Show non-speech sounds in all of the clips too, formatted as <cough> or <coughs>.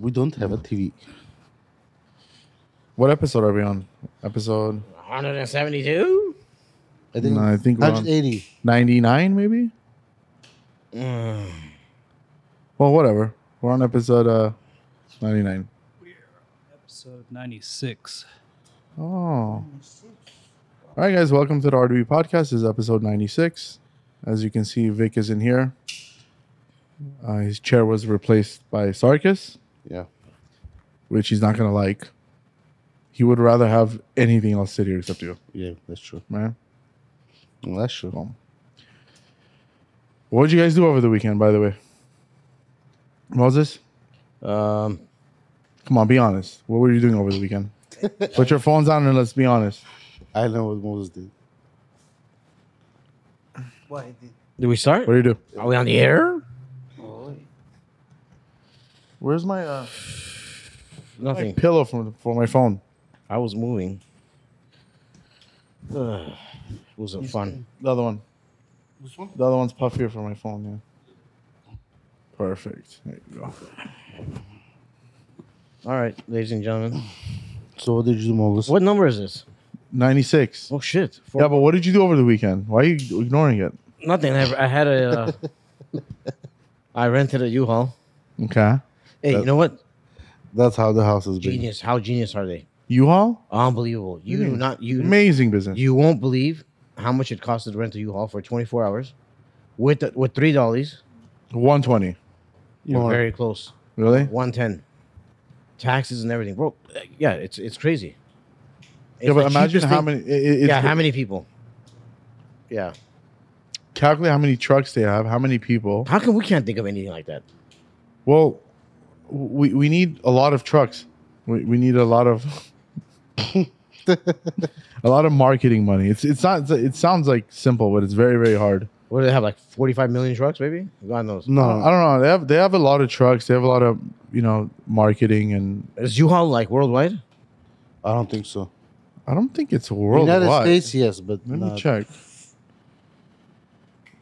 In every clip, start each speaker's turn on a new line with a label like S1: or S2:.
S1: we don't have a TV.
S2: What episode are we on? Episode
S3: 172?
S1: I think,
S2: No, I think we're on-
S1: 180.
S2: 99, maybe? Well, whatever. We're on episode uh 99.
S4: Episode 96.
S2: Oh. All right, guys. Welcome to the RDB podcast. This is episode 96. As you can see, Vic is in here. Uh, his chair was replaced by Sarkis,
S1: Yeah.
S2: which he's not going to like. He would rather have anything else sit here except you,
S1: Yeah, that's true.
S2: man.
S1: That's true.
S2: So, what did you guys do over the weekend, by the way? Moses,
S3: Um,
S2: come on, be honest. What were you doing over
S1: <laughs>
S2: the weekend? Put your phones on and let's be honest.
S1: I know what Moses did.
S3: do we start?
S2: What do you do?
S3: Are we on the air?
S2: Where's my, uh, my
S3: Nothing.
S2: pillow from, for my phone?
S3: I was moving. Ugh, wasn't fun.
S2: The other one.
S1: This one?
S2: The other one's puffier for my phone, yeah. Perfect. There you go.
S3: All right, ladies and gentlemen.
S1: So what did you do, Moses?
S3: What number is this?
S2: 96.
S3: Oh, shit. Four,
S2: Yeah, but what did you do over the weekend? Why are you ignoring it?
S3: nothing. I, I had a. Uh, <laughs> I rented a U-Haul.
S2: Okay.
S3: Hey, you know what?
S1: That's how the house is big.
S3: Genius. How genius are they?
S2: U-Haul?
S3: Unbelievable. You do
S2: Mm.
S3: not. You
S2: Amazing business.
S3: You won't believe how much it cost to rent a U-Haul for 24 hours with the, with three dollies.
S2: 120.
S1: You know,
S3: We're very close.
S2: Really?
S3: 110. Taxes and everything, bro. Yeah, it's it's crazy. It's
S2: yeah, but
S3: the
S2: imagine
S3: cheapest
S2: how
S3: thing-
S2: many. It, it- it's,
S3: yeah, how many people? Yeah.
S2: calculate how many trucks they have, how many people.
S3: How come we can't think of anything like that?
S2: Well, we, we need a lot of trucks. We, we need a lot
S3: <laughs>
S2: of a lot of marketing money. It's it's not it sounds like simple, but it's very very hard.
S3: What do they have? Like 45 million trucks, maybe? God knows.
S2: No, I don't know. They have they have a lot of trucks. They have a lot of you know marketing, and
S3: Is U-Haul like worldwide?
S1: I don't think so.
S2: I don't think it's worldwide.
S1: United States, yes, but
S2: Let
S1: not-
S2: me check.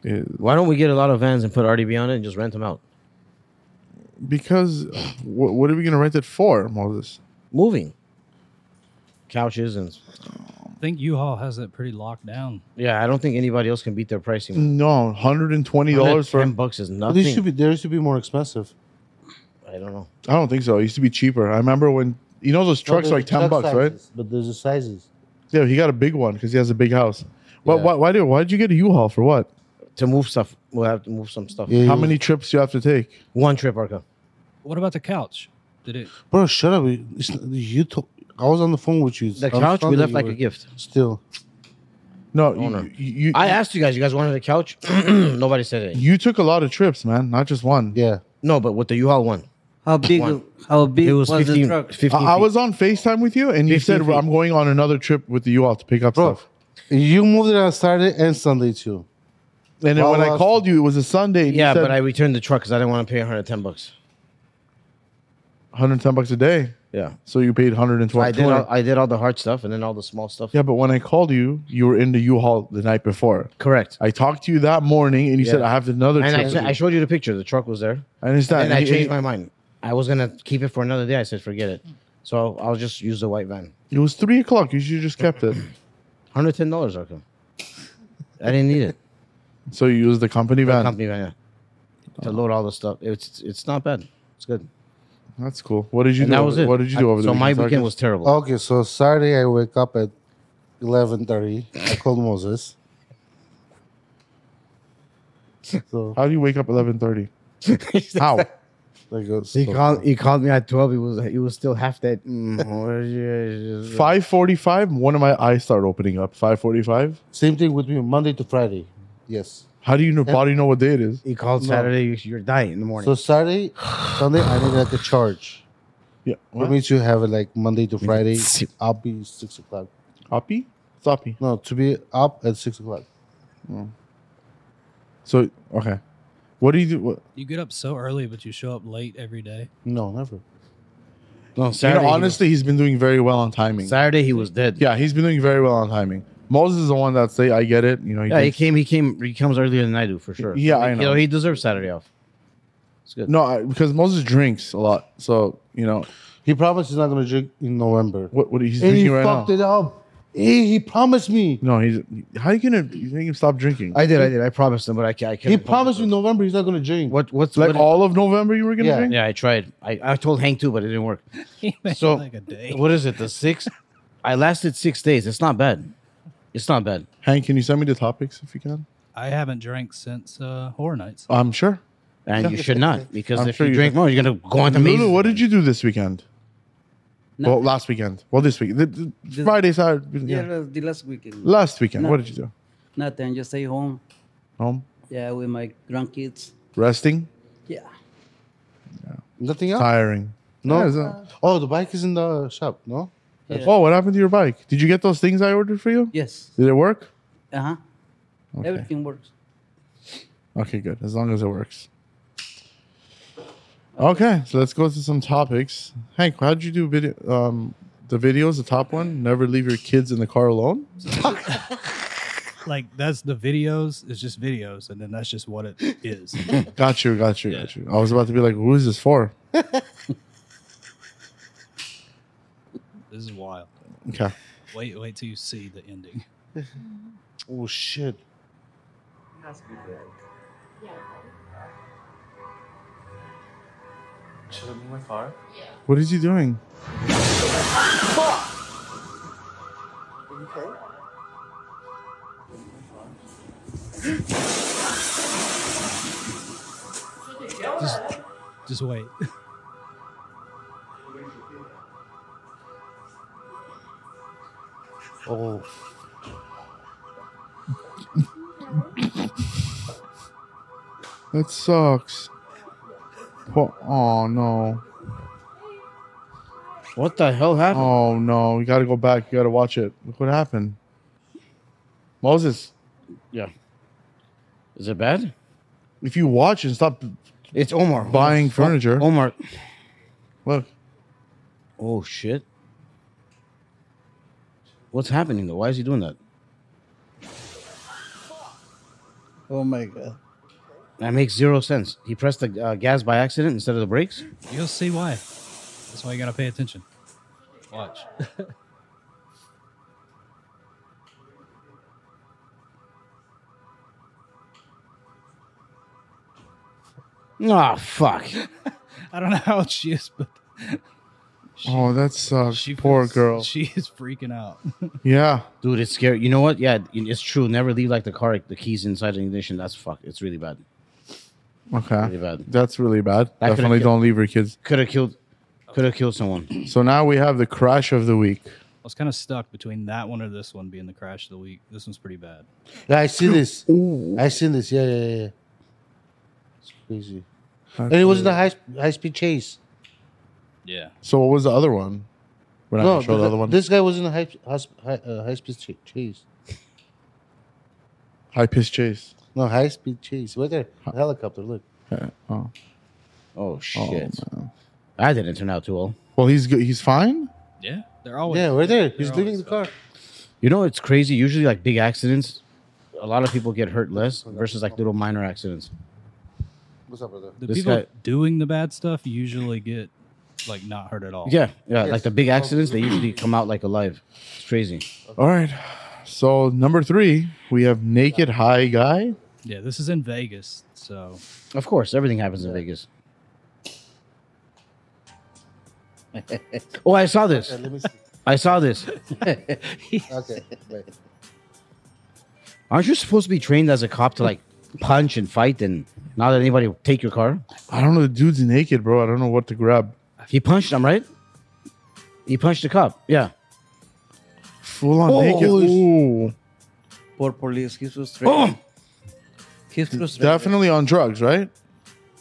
S2: It-
S3: Why don't we get a lot of vans and put RDB on it and just rent them out?
S2: because wh- what are we gonna rent it for, Moses?
S3: Moving. Couches and
S4: I think U-Haul has it pretty locked down.
S3: yeah, I don't think anybody else can beat their pricing.
S2: No, hundred and twenty dollars for.
S3: 10 bucks is
S1: But
S3: nothing.
S1: they should be. They should be more expensive.
S3: I don't know.
S2: I don't think so. It used to be cheaper. I remember when you know those trucks
S1: No,
S2: are like
S1: there's
S2: ten
S1: truck
S2: bucks, right?
S1: sizes, But there's the sizes.
S2: Yeah, he got a big one because he has a big house. Why,
S1: Yeah.
S2: why, why did why did you get a U-Haul for what?
S3: To move stuff, we'll have to move some stuff.
S1: Yeah,
S2: How
S1: you-
S2: many trips do you have to take?
S3: One trip, Arca.
S4: What about the couch? Did it?
S1: Bro, shut up. You- It's, not- you to, I was on the phone with you.
S3: The
S1: I'm
S3: couch we
S1: sure
S3: left
S1: you
S3: like
S1: were-
S3: a gift.
S1: Still,
S2: No, you,
S3: Owner.
S2: you, you,
S3: I asked you guys. You guys wanted a couch. <clears throat> Nobody said it.
S2: you took a lot of trips, man, not just one.
S1: yeah.
S3: No, but with the U-Haul one,
S5: How big?
S3: One.
S5: How big
S3: it
S5: was,
S3: was, 15,
S5: the truck?
S3: 15
S2: I, I
S3: feet.
S2: was on Facetime with you, and you
S3: 15
S2: said "Well,
S3: feet.
S2: I'm going on another trip with the U-Haul to pick up
S1: Bro,
S2: stuff.
S1: you moved it on Saturday and Sunday too.
S2: And then
S1: well,
S2: when I
S1: well,
S2: called you, it was a Sunday. And
S3: Yeah,
S2: you said
S3: but I returned the truck because I didn't want to pay 110 bucks.
S2: 110 bucks a day,
S3: Yeah,
S2: so you paid 120.
S3: I did. All, I did all the hard stuff and then all the small stuff.
S2: yeah, but when I called you, you were in the U-Haul the night before.
S3: Correct.
S2: I talked to you that morning, and you said
S3: Yeah.
S2: I have another
S3: and
S2: trip.
S3: I,
S2: with
S3: sent-
S2: you."
S3: I showed you the picture. The truck was there.
S2: I understand.
S3: And I
S2: And he-
S3: changed my mind. I was gonna keep it for another day. I said, forget it. So I'll just use the white van.
S2: It was three o'clock. You should have just
S3: <clears throat>
S2: kept it.
S3: Hundred ten dollars, Arca. I didn't need it.
S2: So you used the company van.
S3: company van, yeah. To load all the stuff. It's it's not bad. It's good.
S2: That's cool. What did you
S3: And
S2: do?
S3: that
S2: over-
S3: was it.
S2: What did you do
S3: I-
S2: over
S3: so
S2: the
S3: my
S2: weekend?
S3: weekend was terrible.
S1: Okay, so Saturday I wake up at eleven thirty. I called Moses. So
S2: How do you wake up eleven thirty? <laughs> How?
S1: there goes.
S2: Oh.
S3: he called he called me at twelve. He was he was still
S2: <laughs>
S3: half dead. Mm, what is your-
S2: Five forty-five. One of my eyes start opening up. Five forty-five.
S1: Same thing with me, Monday to Friday. Yes.
S2: How do you know, body know what day it is?
S3: He called Saturday. "You- You're dying in the morning.
S1: So Saturday, Sunday, I need like a charge.
S2: Yeah.
S1: For me to have it like Monday to Friday,
S3: Sip.
S1: I'll be six o'clock.
S2: Hoppy. It's hoppy.
S1: No, to be up at six o'clock.
S2: So okay. What do you do? What,
S4: You get up so early, but you show up late every day.
S1: No, never.
S3: no,
S2: you
S3: Saturday.
S2: know, honestly, he's been doing very well on
S3: he
S2: timing.
S3: was, Saturday he was dead.
S2: Yeah, he's been doing very well on timing. Moses is the one that's say I get it. You know. He
S3: Yeah, he
S2: thinks-
S3: came. He came. He comes earlier than I do for sure.
S2: Yeah, I
S3: You
S2: know.
S3: know, he deserves Saturday off. It's good.
S2: No, I, because Moses drinks a lot, so you know
S1: He promised he's not gonna drink in November.
S2: what what he's
S1: and he
S2: drinking right
S1: fucked
S2: now.
S1: it up. Hey, he promised me.
S2: No, he's how you gonna you make him stop drinking?
S3: I did. I did. I promised him, but I can't. I can't
S1: He promised me November he's not gonna drink.
S3: What? What's
S2: like
S3: what- <laughs>
S2: all of November you were gonna
S1: Yeah.
S2: drink.
S3: Yeah, I tried. I, I told Hank too, but it didn't
S4: <laughs>
S3: work. So-
S4: so like a day.
S3: What is it? The sixth? I lasted six days. It's not bad. It's not bad.
S2: Hank, can you send me the topics if you can?
S4: I haven't drank since uh, horror nights.
S2: I'm sure.
S3: And you should not, because
S2: I'm
S3: if
S2: sure
S3: you
S2: you
S3: drink
S2: should.
S3: more, you're gonna go on to me.
S2: Lulu, what did you do this weekend?
S5: No.
S2: Well, last weekend. Well, this week, th- th-
S5: This-
S2: Friday, Saturday.
S5: Yeah,
S2: Yeah.
S5: that was the last weekend.
S2: Last weekend,
S5: No.
S2: what did you do?
S5: Nothing. Just stay home.
S2: Home,
S5: Yeah, with my grandkids.
S2: resting,
S5: Yeah.
S1: Nothing else?
S2: tiring.
S1: No.
S2: Yeah, it's not-
S1: Oh, the bike is in the shop. No.
S5: yeah.
S2: Oh, what happened to your bike? Did you get those things I ordered for you?
S5: Yes.
S2: Did it work?
S5: Uh huh.
S2: Okay.
S5: Everything works.
S2: Okay, good. As long as it works. Okay, so let's go to some topics. Hank, how did you do video? Um, the videos, the top one, never leave your kids in the car alone.
S4: Like that's the videos. It's just videos, and then that's just what it
S2: <laughs>
S4: is.
S2: Got you, got you, got you. I was about to be like, who is this for?
S4: this is wild.
S2: Okay.
S4: Wait, wait till you see the ending.
S1: Oh shit.
S6: Should I move my car?
S2: What is he doing?
S4: Just wait.
S1: Oh.
S2: That sucks. Po- oh no.
S3: What the hell happened?
S2: Oh no. You gotta go back. You gotta watch it. Look what happened. Moses,
S3: Yeah. Is it bad?
S2: if you watch and stop
S3: It's Omar
S2: buying furniture,
S3: Omar.
S2: look.
S3: Oh shit. What's happening though? Why is he doing that?
S5: Oh my God.
S3: That makes zero sense. He pressed the uh, gas by accident instead of the brakes.
S4: You'll see why. That's why you gotta pay attention. Watch.
S3: Ah, fuck.
S4: I don't know how old she is, but
S2: Oh, that sucks. Poor
S4: feels-
S2: girl.
S4: She is freaking out.
S2: yeah.
S3: Dude, it's scary. You know what? Yeah, it- it's true. Never leave like the car, the keys inside the ignition. That's fuck. It's really bad.
S2: Okay.
S3: Really bad.
S2: That's really bad.
S3: could've
S2: Definitely
S3: killed-
S2: don't leave your kids.
S3: Could have killed. Could have killed someone.
S2: So now we have the crash of the week.
S4: I was kind of stuck between that one or this one being the crash of the week. This one's pretty bad.
S1: Yeah, I see this. I seen this. Yeah, yeah, yeah. It's crazy. And it wasn't a high high speed chase.
S4: Yeah.
S2: So what was the other one? We're not
S1: no,
S2: gonna show the,
S1: th-
S2: other one.
S1: this guy was in a high high, high, uh, high speed ch- chase.
S2: High pitch chase.
S1: No, high speed chase. Right there, the helicopter. Look.
S2: Yeah. Oh,
S3: Oh
S2: oh
S3: shit.
S2: man.
S3: I didn't turn out too well.
S2: Well, he's good. He's fine.
S4: Yeah. They're always
S1: Yeah, right there. Oh, He's
S4: They're
S1: leaving
S4: always
S1: the car.
S3: You know, it's crazy. Usually, like big accidents, a lot of people get hurt less versus like little minor accidents.
S1: What's up, brother?
S4: the
S3: This
S4: people
S3: guy-
S4: doing the bad stuff usually get like not hurt at all.
S3: Yeah, yeah. Like the big
S1: Yes.
S3: accidents, they usually come out like alive. It's crazy.
S2: All right. So number three, we have naked high guy.
S4: Yeah, this is in Vegas, so
S3: Of course, everything happens in Vegas. oh, I saw this.
S1: Okay, let me see. <laughs>
S3: I saw this.
S1: Okay, wait.
S3: Aren't you supposed to be trained as a cop to like punch and fight and not let anybody take your car?
S2: I don't know. The dude's naked, bro. I don't know what to grab.
S3: He punched him, right? He punched the cop. Yeah.
S2: Full on
S3: Oh,
S2: naked.
S3: oh,
S2: Ooh.
S5: Poor police. He's frustrated.
S3: Oh,
S5: He's frustrated.
S2: Definitely on drugs, right?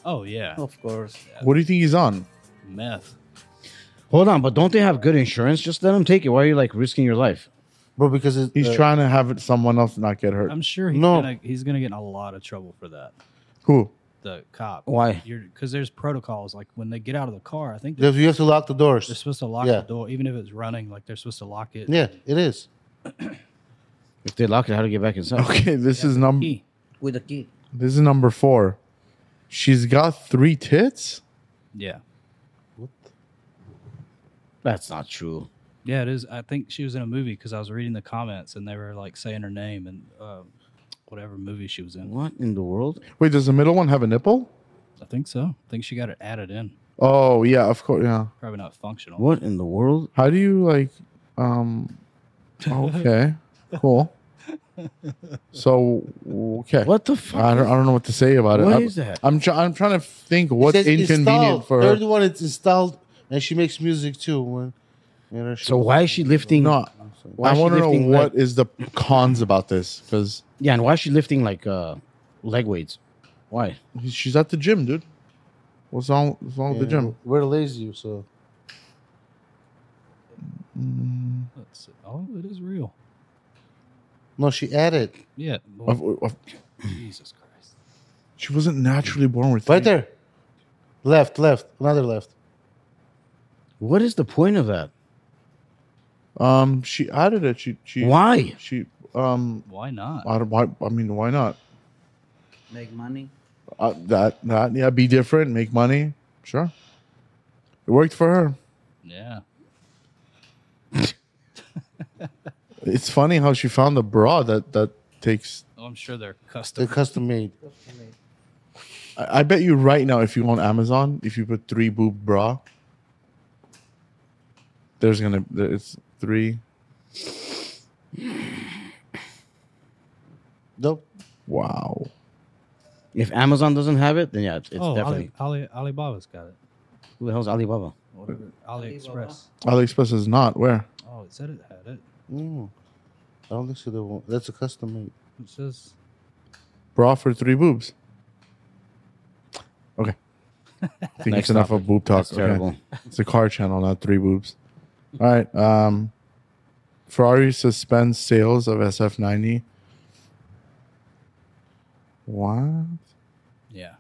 S4: oh yeah.
S5: Of course.
S2: What do you think he's on?
S4: Meth.
S3: hold on, but don't they have good insurance? Just let him take it. Why are you like risking your life?
S1: Bro, because it,
S2: He's
S1: uh,
S2: trying to have it someone else not get hurt.
S4: I'm sure he's
S1: No.
S4: gonna he's gonna get in a lot of trouble for that.
S2: <laughs> Who?
S4: The cop.
S3: Why?
S4: You're because there's protocols. Like when they get out of the car, I think they're,
S1: Because you have to lock the
S4: they're
S1: doors.
S4: supposed to lock
S1: Yeah.
S4: the door, even if it's running. Like they're supposed to lock it.
S1: Yeah, it is.
S2: <laughs>
S3: If they lock it, how to get back inside?
S2: Okay, this is number.
S4: Key.
S5: With a key.
S2: This is number four. She's got three tits.
S4: Yeah.
S3: That's not true.
S4: Yeah, it is. I think she was in a movie because I was reading the comments and they were like saying her name and um, whatever movie she was in.
S3: What in the world?
S2: Wait, does the middle one have a nipple?
S4: I think so. I think she got it added in.
S2: Oh yeah, of course. Yeah.
S4: Probably not functional.
S3: What in the world?
S2: How do you like? Um.
S3: <laughs>
S2: Okay. cool. So okay.
S3: What the fuck?
S2: I don't, I don't know what to say about it.
S3: What
S2: I'm,
S3: is that?
S2: I'm, try- I'm trying to think what's inconvenient for her.
S1: Third one, it's installed, and she makes music too. When, you know, she-
S3: So why is she lifting?
S2: No,
S3: why
S2: I
S3: is she
S2: want to know
S3: lifting
S2: what
S3: Leg,
S2: is the cons about this because
S3: yeah, and why is she lifting like uh, leg weights? Why?
S2: she's at the gym, dude. What's wrong? What's wrong
S1: yeah,
S2: with the gym?
S1: We're lazy, so
S4: That's, oh, it is real.
S1: no, she added
S4: Yeah. well,
S2: Of- of-
S4: Jesus Christ.
S2: she wasn't naturally born with.
S1: right
S2: three-
S1: there. Left, left, another left.
S3: What is the point of that?
S2: Um, she added it. She she
S3: Why?
S2: she um.
S4: Why not?
S2: I don't. Why, I mean, why not?
S5: Make money.
S2: Uh, that that yeah, be different, make money. Sure, it worked for her.
S4: Yeah.
S2: It's funny how she found a bra that that takes.
S4: Oh, I'm sure they're
S1: The
S4: custom.
S1: custom made.
S2: I, I bet you right now, if you go on Amazon, if you put three boob bra, there's gonna there- it's three.
S1: Nope.
S2: Wow,
S3: If Amazon doesn't have it, then yeah, it's, it's
S4: oh,
S3: definitely
S4: Ali, Ali, Alibaba's got it.
S3: who the hell's Alibaba?
S4: Whatever. AliExpress.
S2: AliExpress is not where.
S4: Oh, it said it had it.
S1: Mm. I don't think so. That one. That's a custom made.
S4: It says
S2: bra for three boobs. Okay. I think
S3: Next
S2: it's enough of boob talk.
S3: That's terrible.
S2: Okay. It's a car channel, not three boobs. All right. Um, Ferrari suspends sales of SF90. What?
S4: yeah.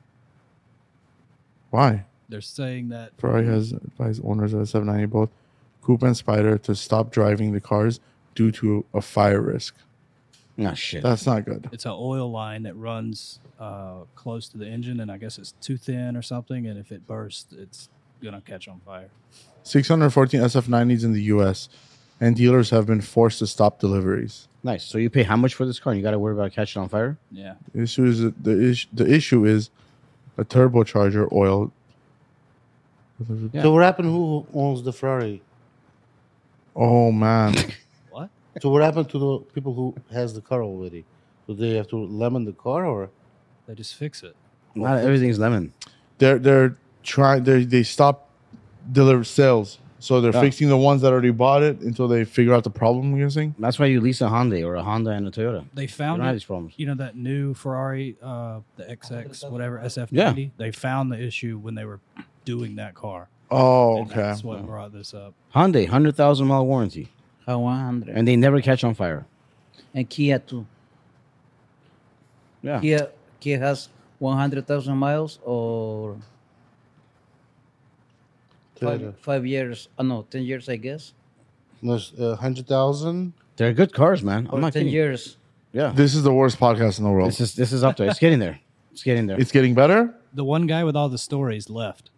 S2: Why?
S4: They're saying that
S2: Ferrari has advised owners of SF90 both Coupe and Spider to stop driving the cars due to a fire risk.
S3: Nah, Ah, shit.
S2: That's not good.
S4: it's an oil line that runs uh, close to the engine, and I guess it's too thin or something. And if it bursts, it's gonna catch on fire.
S2: 614 SF90s in the US, and dealers have been forced to stop deliveries.
S3: Nice. So you pay how much for this car? and You got to worry about catching on fire.
S4: Yeah,
S2: The issue is the issue. The issue is a turbocharger oil.
S3: Yeah.
S1: So what happened? Who owns the Ferrari?
S2: Oh man,
S4: what?
S1: So what happened to the people who has the car already? Do they have to lemon the car or?
S4: They just fix it.
S3: Not everything's lemon.
S2: they're they're trying. They they stop deliver sales, so they're
S3: Yeah.
S2: fixing the ones that already bought it until they figure out the problem. I'm guessing.
S3: That's why you lease a Hyundai or a Honda and a Toyota.
S4: They
S3: You
S4: found
S3: don't have
S4: it.
S3: these problems.
S4: You know that new Ferrari, uh, the XX, whatever SF90. They found the issue when they were doing that car.
S2: Oh
S4: And
S2: okay.
S4: that's what brought this up.
S3: Hyundai, hundred thousand mile warranty,
S5: How 100. And,
S3: and they never catch on fire.
S5: Kia too.
S3: Yeah.
S5: Kia, Kia has 100,000 miles or
S1: Toyota.
S5: five, five years. Uh, no, 10 years, I guess.
S1: No, it's, uh, hundred thousand.
S3: They're good cars, man.
S5: or
S3: I'm not
S5: 10
S3: kidding. you.
S5: years.
S3: Yeah.
S2: This is the worst podcast in the world.
S3: This is this is up there. It's getting there. It's getting there.
S2: it's getting better.
S4: The one guy with all the stories left.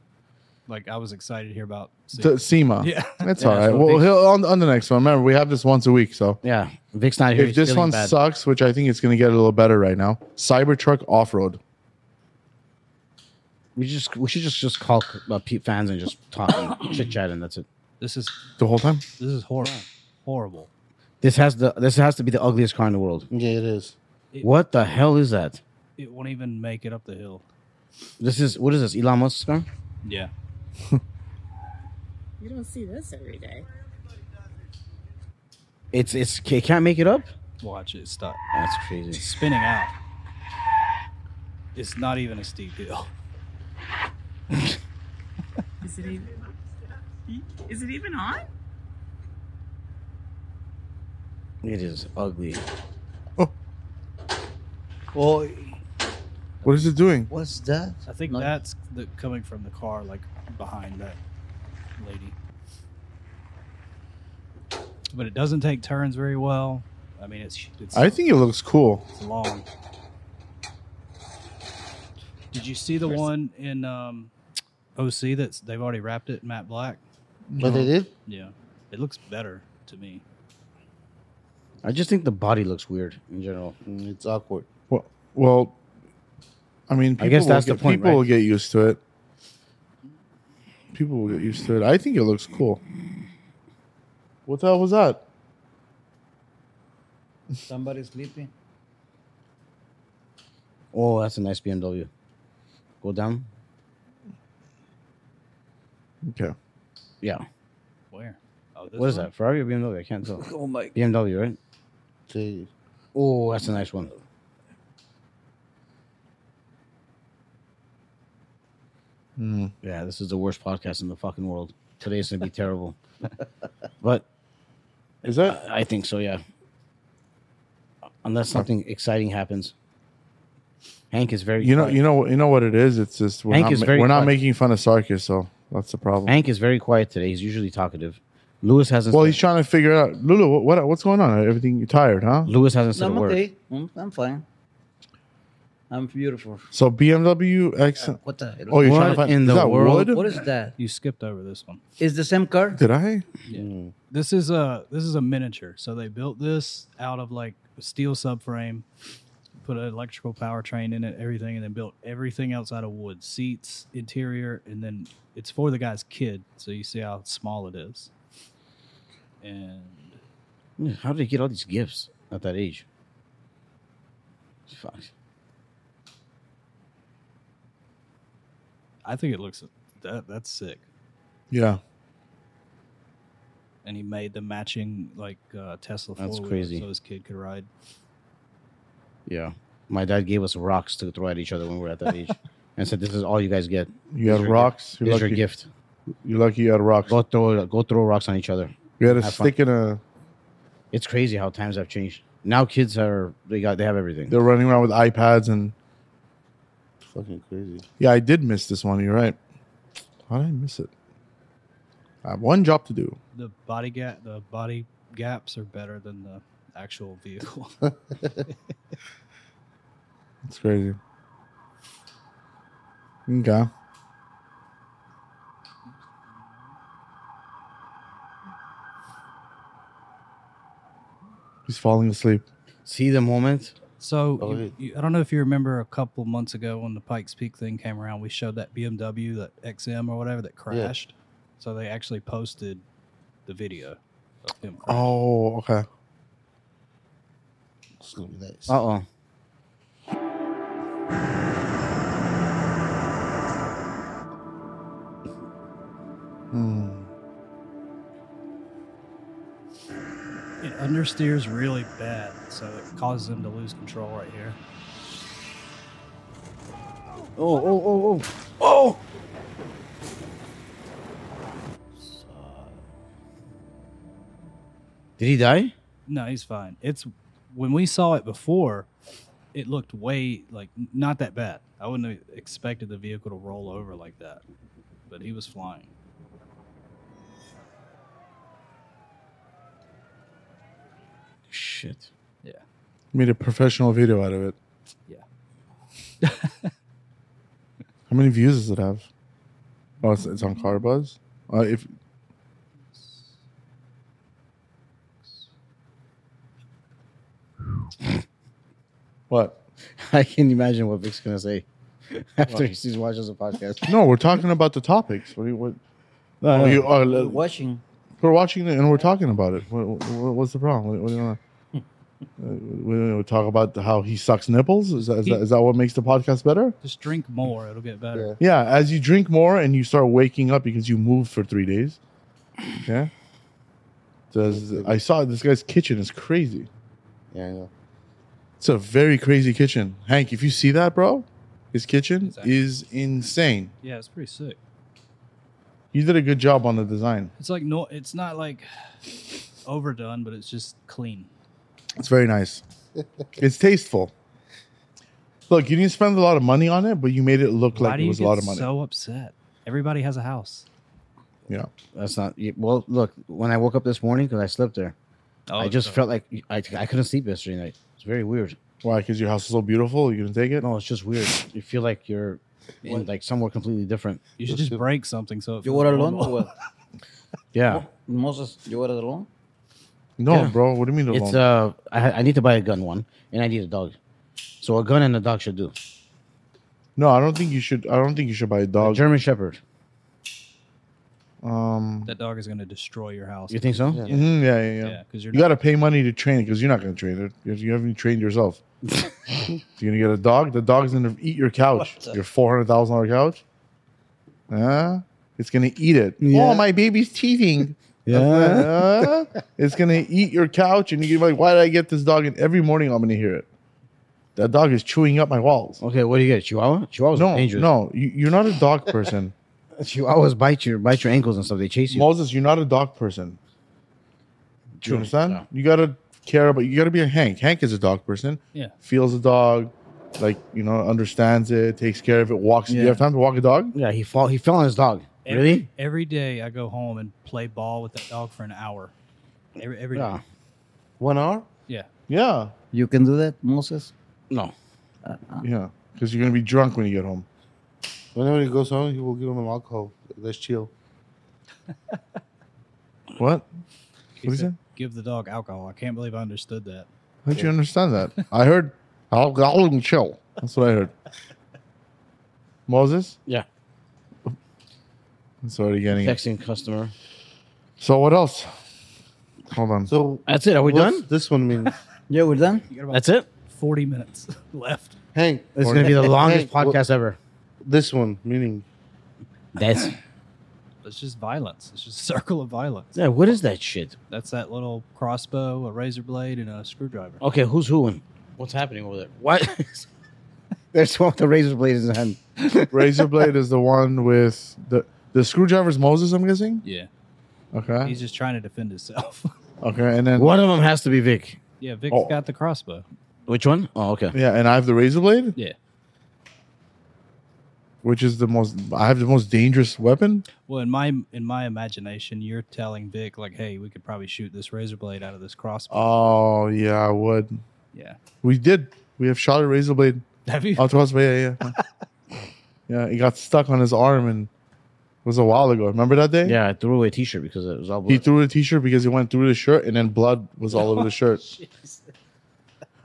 S4: Like I was excited to hear about. seeing-
S2: The SEMA.
S4: Yeah.
S2: That's
S3: Yeah,
S2: all right.
S3: so
S2: Well,
S3: big-
S2: he'll, on, on the next one. Remember, we have this once a week, so.
S3: yeah. Vic's not here.
S2: If
S3: he's
S2: this
S3: feeling
S2: one
S3: bad.
S2: sucks, which I think it's going to get a little better right now, Cybertruck off road.
S3: we just we should just just call uh, Pete fans and just talk and <coughs> chit chat and that's it.
S4: This is
S2: The whole time?
S4: this is horrible. Horrible.
S3: This has the this has to be the ugliest car in the world.
S1: Yeah, it is.
S3: What the hell is that?
S4: It won't even make it up the hill.
S3: This is what is this? Elon Musk's car?
S4: Yeah.
S6: You don't see this every day.
S3: It's it's it can't make it up.
S4: Watch it stop.
S3: That's crazy.
S4: spinning out. It's not even a steep hill.
S6: Is it even? Is it even on?
S3: It is ugly.
S5: Oh,
S2: What is it doing?
S5: what's that?
S4: I think
S5: Not-
S4: that's the, coming from the car, like behind that lady. But it doesn't take turns very well. I mean, it's it's,
S2: I think it looks cool.
S4: it's long. Did you see the one in um, OC that's they've already wrapped it? Matt Black.
S1: But they did?
S4: Yeah, it looks better to me.
S3: I just think the body looks weird in general.
S1: Mm, It's awkward.
S2: Well, well, I mean,
S3: I guess
S2: people will
S3: that's the
S2: get-
S3: point,
S2: People
S3: right?
S2: will get used to it. People will get used to it. I think it looks cool. What the hell was that?
S5: Somebody sleeping.
S3: Oh, that's a nice BMW. Go down.
S2: Okay.
S3: Yeah.
S4: Where? Oh, this
S3: What is
S4: one?
S3: that? Ferrari or BMW? I can't tell.
S5: Oh my.
S3: BMW, right?
S1: They,
S3: Oh, that's a nice one.
S2: Hmm.
S3: Yeah, this is the worst podcast in the fucking world. Today's gonna
S2: <laughs>
S3: be terrible. But
S2: Is that?
S3: I I think so, yeah. Unless something exciting happens. Hank is very
S2: You know,
S3: quiet.
S2: you know, you know what it is. It's just we're
S3: Hank
S2: not
S3: is
S2: ma-
S3: very
S2: we're not
S3: quiet.
S2: making fun of Sarkis, so that's the problem.
S3: Hank is very quiet today. He's usually talkative. Lewis hasn't
S2: well,
S3: said-
S2: he's trying to figure out. Lulu, what, what what's going on? Everything you tired, huh?
S3: Lewis hasn't said
S5: I'm
S3: a word.
S5: okay. Mm, I'm fine. I'm beautiful.
S2: So BMW X.
S5: What the hell?
S2: Oh, you're trying to
S3: What
S2: find
S3: in
S2: is
S3: the
S2: that
S3: world?
S2: wood?
S5: what is that?
S4: You skipped over this one.
S5: Is the same car?
S2: Did I?
S4: This is a this is a miniature. So they built this out of like a steel subframe, put an electrical powertrain in it, everything, and then built everything else out of wood, seats, interior, and then it's for the guy's kid. So you see how small it is. And
S3: Yeah, How did he get all these gifts at that age? Fuck.
S4: I think it looks that that's sick.
S2: Yeah.
S4: And he made the matching like uh, Tesla.
S3: That's
S4: four-wheeler
S3: crazy.
S4: So his kid could ride.
S3: Yeah. My dad gave us rocks to throw at each other when we were at that <laughs> age and said, This is all you guys get.
S2: You had
S3: your
S2: rocks.
S3: Here's
S2: You're
S3: your
S2: lucky.
S3: gift.
S2: You're lucky you had rocks.
S3: Go throw go throw rocks on each other.
S2: You had a
S3: have
S2: stick and a.
S3: It's crazy how times have changed. Now kids are they got they have everything.
S2: They're running around with iPads and.
S1: it's fucking crazy.
S2: Yeah, I did miss this one. You're right. How did I miss it? I have one job to do.
S4: The body gap the body gaps are better than the actual vehicle.
S2: It's crazy. Okay. He's falling asleep.
S3: See the moment?
S4: So
S1: Oh,
S4: you-
S1: it-
S4: you- I don't know if you remember a couple months ago when the Pikes Peak thing came around, we showed that BMW, that XM or whatever that crashed. So they actually posted the video of him. crashing.
S2: Oh, okay.
S1: It's gonna be nice.
S3: Uh oh.
S2: Hmm.
S4: It understeers really bad, so it causes him to lose control right here.
S3: Oh, oh, oh, oh. Did he die?
S4: No, he's fine. It's when we saw it before, it looked way like n- not that bad. I wouldn't have expected the vehicle to roll over like that, but he was flying.
S3: Shit.
S2: Made a professional video out of it.
S4: Yeah.
S2: How many views does it have? Oh, it's, it's on CarBuzz. Uh, if what?
S3: <laughs> I can imagine what Vic's gonna say <laughs> after he sees watches the podcast.
S2: No, we're talking about the topics. What? do you- what
S3: No,
S2: oh,
S3: no,
S2: you, oh,
S5: We're
S2: le-
S5: watching.
S2: we're watching it and we're talking about it. What, what, what's the problem? What, what do you want? we, we talk about how he sucks nipples. Is that, is, that, is that what makes the podcast better?
S4: Just drink more; it'll get better.
S1: Yeah.
S2: Yeah, as you drink more and you start waking up because you moved for three days. Yeah. Does I saw this guy's kitchen is crazy.
S1: Yeah, I know.
S2: It's a very crazy kitchen. Hank, if you see that, bro, his kitchen
S4: Exactly.
S2: is insane.
S4: Yeah, it's pretty sick.
S2: You did a good job on the design.
S4: It's like no, it's not like overdone, but it's just clean.
S2: It's very
S4: <laughs>
S2: nice. it's tasteful. Look, you didn't spend a lot of money on it, but you made it look
S4: Why
S2: like
S4: do
S2: it
S4: you
S2: was
S4: get
S2: a lot of money.
S4: so upset? Everybody has a house.
S2: yeah.
S3: that's not. you- Well, look, when I Oh,
S4: Oh,
S3: woke up this morning because I slept there, I just felt like I, I couldn't sleep yesterday night. It's very weird.
S2: Why? Because your house is so beautiful, you're gonna take it?
S3: No, it's just weird. You feel like you're in like somewhere completely different.
S4: You should just break something so it
S5: You
S4: feels
S5: were alone
S3: Oh,
S4: normal.
S5: or what?
S3: Yeah,
S5: Moses, you were alone?
S2: No,
S3: Yeah.
S2: bro. What do you mean alone?
S3: it's uh, I, I need to buy a gun one, and I need a dog. So a gun and a dog should do.
S2: no, I don't think you should. I don't think you should buy a
S3: A
S2: dog.
S3: German Shepherd.
S2: um.
S4: That dog is going to destroy your house.
S3: You think so?
S1: Yeah.
S2: mhm, yeah, yeah, yeah.
S4: Yeah, because you're
S2: You
S4: not-
S2: gotta pay money to train it because you're not gonna train it. You- You haven't trained
S4: <laughs>
S2: yourself. you're gonna get a dog. The dog's gonna eat your couch.
S5: What the-
S2: Your four hundred thousand dollar couch. Huh? It's gonna eat it.
S3: Yeah.
S2: Oh, my baby's teething.
S3: <laughs> Yeah.
S2: Uh, it's gonna eat your couch, and you're gonna be like, "Why did I get this dog?" And every morning I'm gonna hear it. That dog is chewing up my walls.
S3: Okay, what do you get? Chihuahua? Chihuahuas
S2: No,
S3: are Oh, dangerous.
S2: no, you, you're not a dog person,
S3: <laughs> Chihuahuas bite your bite your ankles and stuff. They chase you.
S2: Moses. You're not a dog person. Do you understand?
S3: No.
S2: You gotta care about. You gotta be a Hank. Hank is a dog person.
S4: Yeah.
S2: feels a dog, like you know, understands it, takes care of it, walks. Do you
S4: Yeah.
S2: have time to walk a dog?
S3: Yeah, he fall he fell on his dog.
S4: Every-
S3: really?
S4: Every day I go home and play ball with that dog for an hour. Every every day.
S2: Ah,
S3: Yeah.
S1: One hour?
S4: Yeah.
S2: Yeah,
S5: You can do that, Moses?
S3: No.
S2: yeah, because you're gonna be drunk when you get home.
S1: Whenever he goes home, he will give him alcohol. Let's chill.
S2: What?
S4: He
S2: What is
S4: said, Give the dog alcohol. I can't believe I understood that.
S2: How'd you understand that? I heard alcohol and chill. That's what I
S4: <laughs>
S2: heard. Moses.
S3: Yeah.
S2: It's already getting it.
S3: Texting customer.
S2: So what else? Hold on.
S1: So,
S3: That's it. Are we
S1: what's
S3: done?
S1: this one mean?
S5: Yeah, we're done.
S4: You got about
S3: That's it.
S4: 40 minutes <laughs> left.
S1: Hank,
S3: It's gonna be the
S5: <laughs>
S3: longest
S1: Hey, what-
S3: podcast ever.
S1: <laughs> this one meaning
S3: That's
S4: It's just violence. It's just a circle of violence.
S3: yeah. What is that shit?
S4: That's that little crossbow, a razor blade, and a screwdriver.
S3: Okay, who's who and what's happening over there? <laughs> What? There's one with the razor blade in his hand.
S2: Razor blade is the one with the the screwdriver's Moses. I'm guessing.
S4: Yeah.
S2: Okay.
S4: He's just trying to defend himself. <laughs>
S2: Okay. And then
S3: One of them has to be Vic.
S4: yeah, Vic's
S2: Oh.
S4: got the crossbow.
S3: Which one? Oh, okay.
S2: yeah, and I have the razor blade,
S4: Yeah.
S2: which is the most. I have the most dangerous weapon.
S4: Well, in my in my imagination, you're telling Vic like, "Hey, we could probably shoot this razor blade out of this crossbow."
S2: Oh yeah, I would.
S4: yeah. <laughs>
S2: We did. We have shot a razor blade
S4: Have you? <laughs>
S2: out to us. Yeah, yeah. <laughs> yeah, it got stuck on his arm and it was a while ago. Remember that day?
S3: Yeah, I threw away a T-shirt because it was all
S2: He
S3: blood.
S2: threw the t-shirt because he went through the shirt, and then blood was all over the shirt.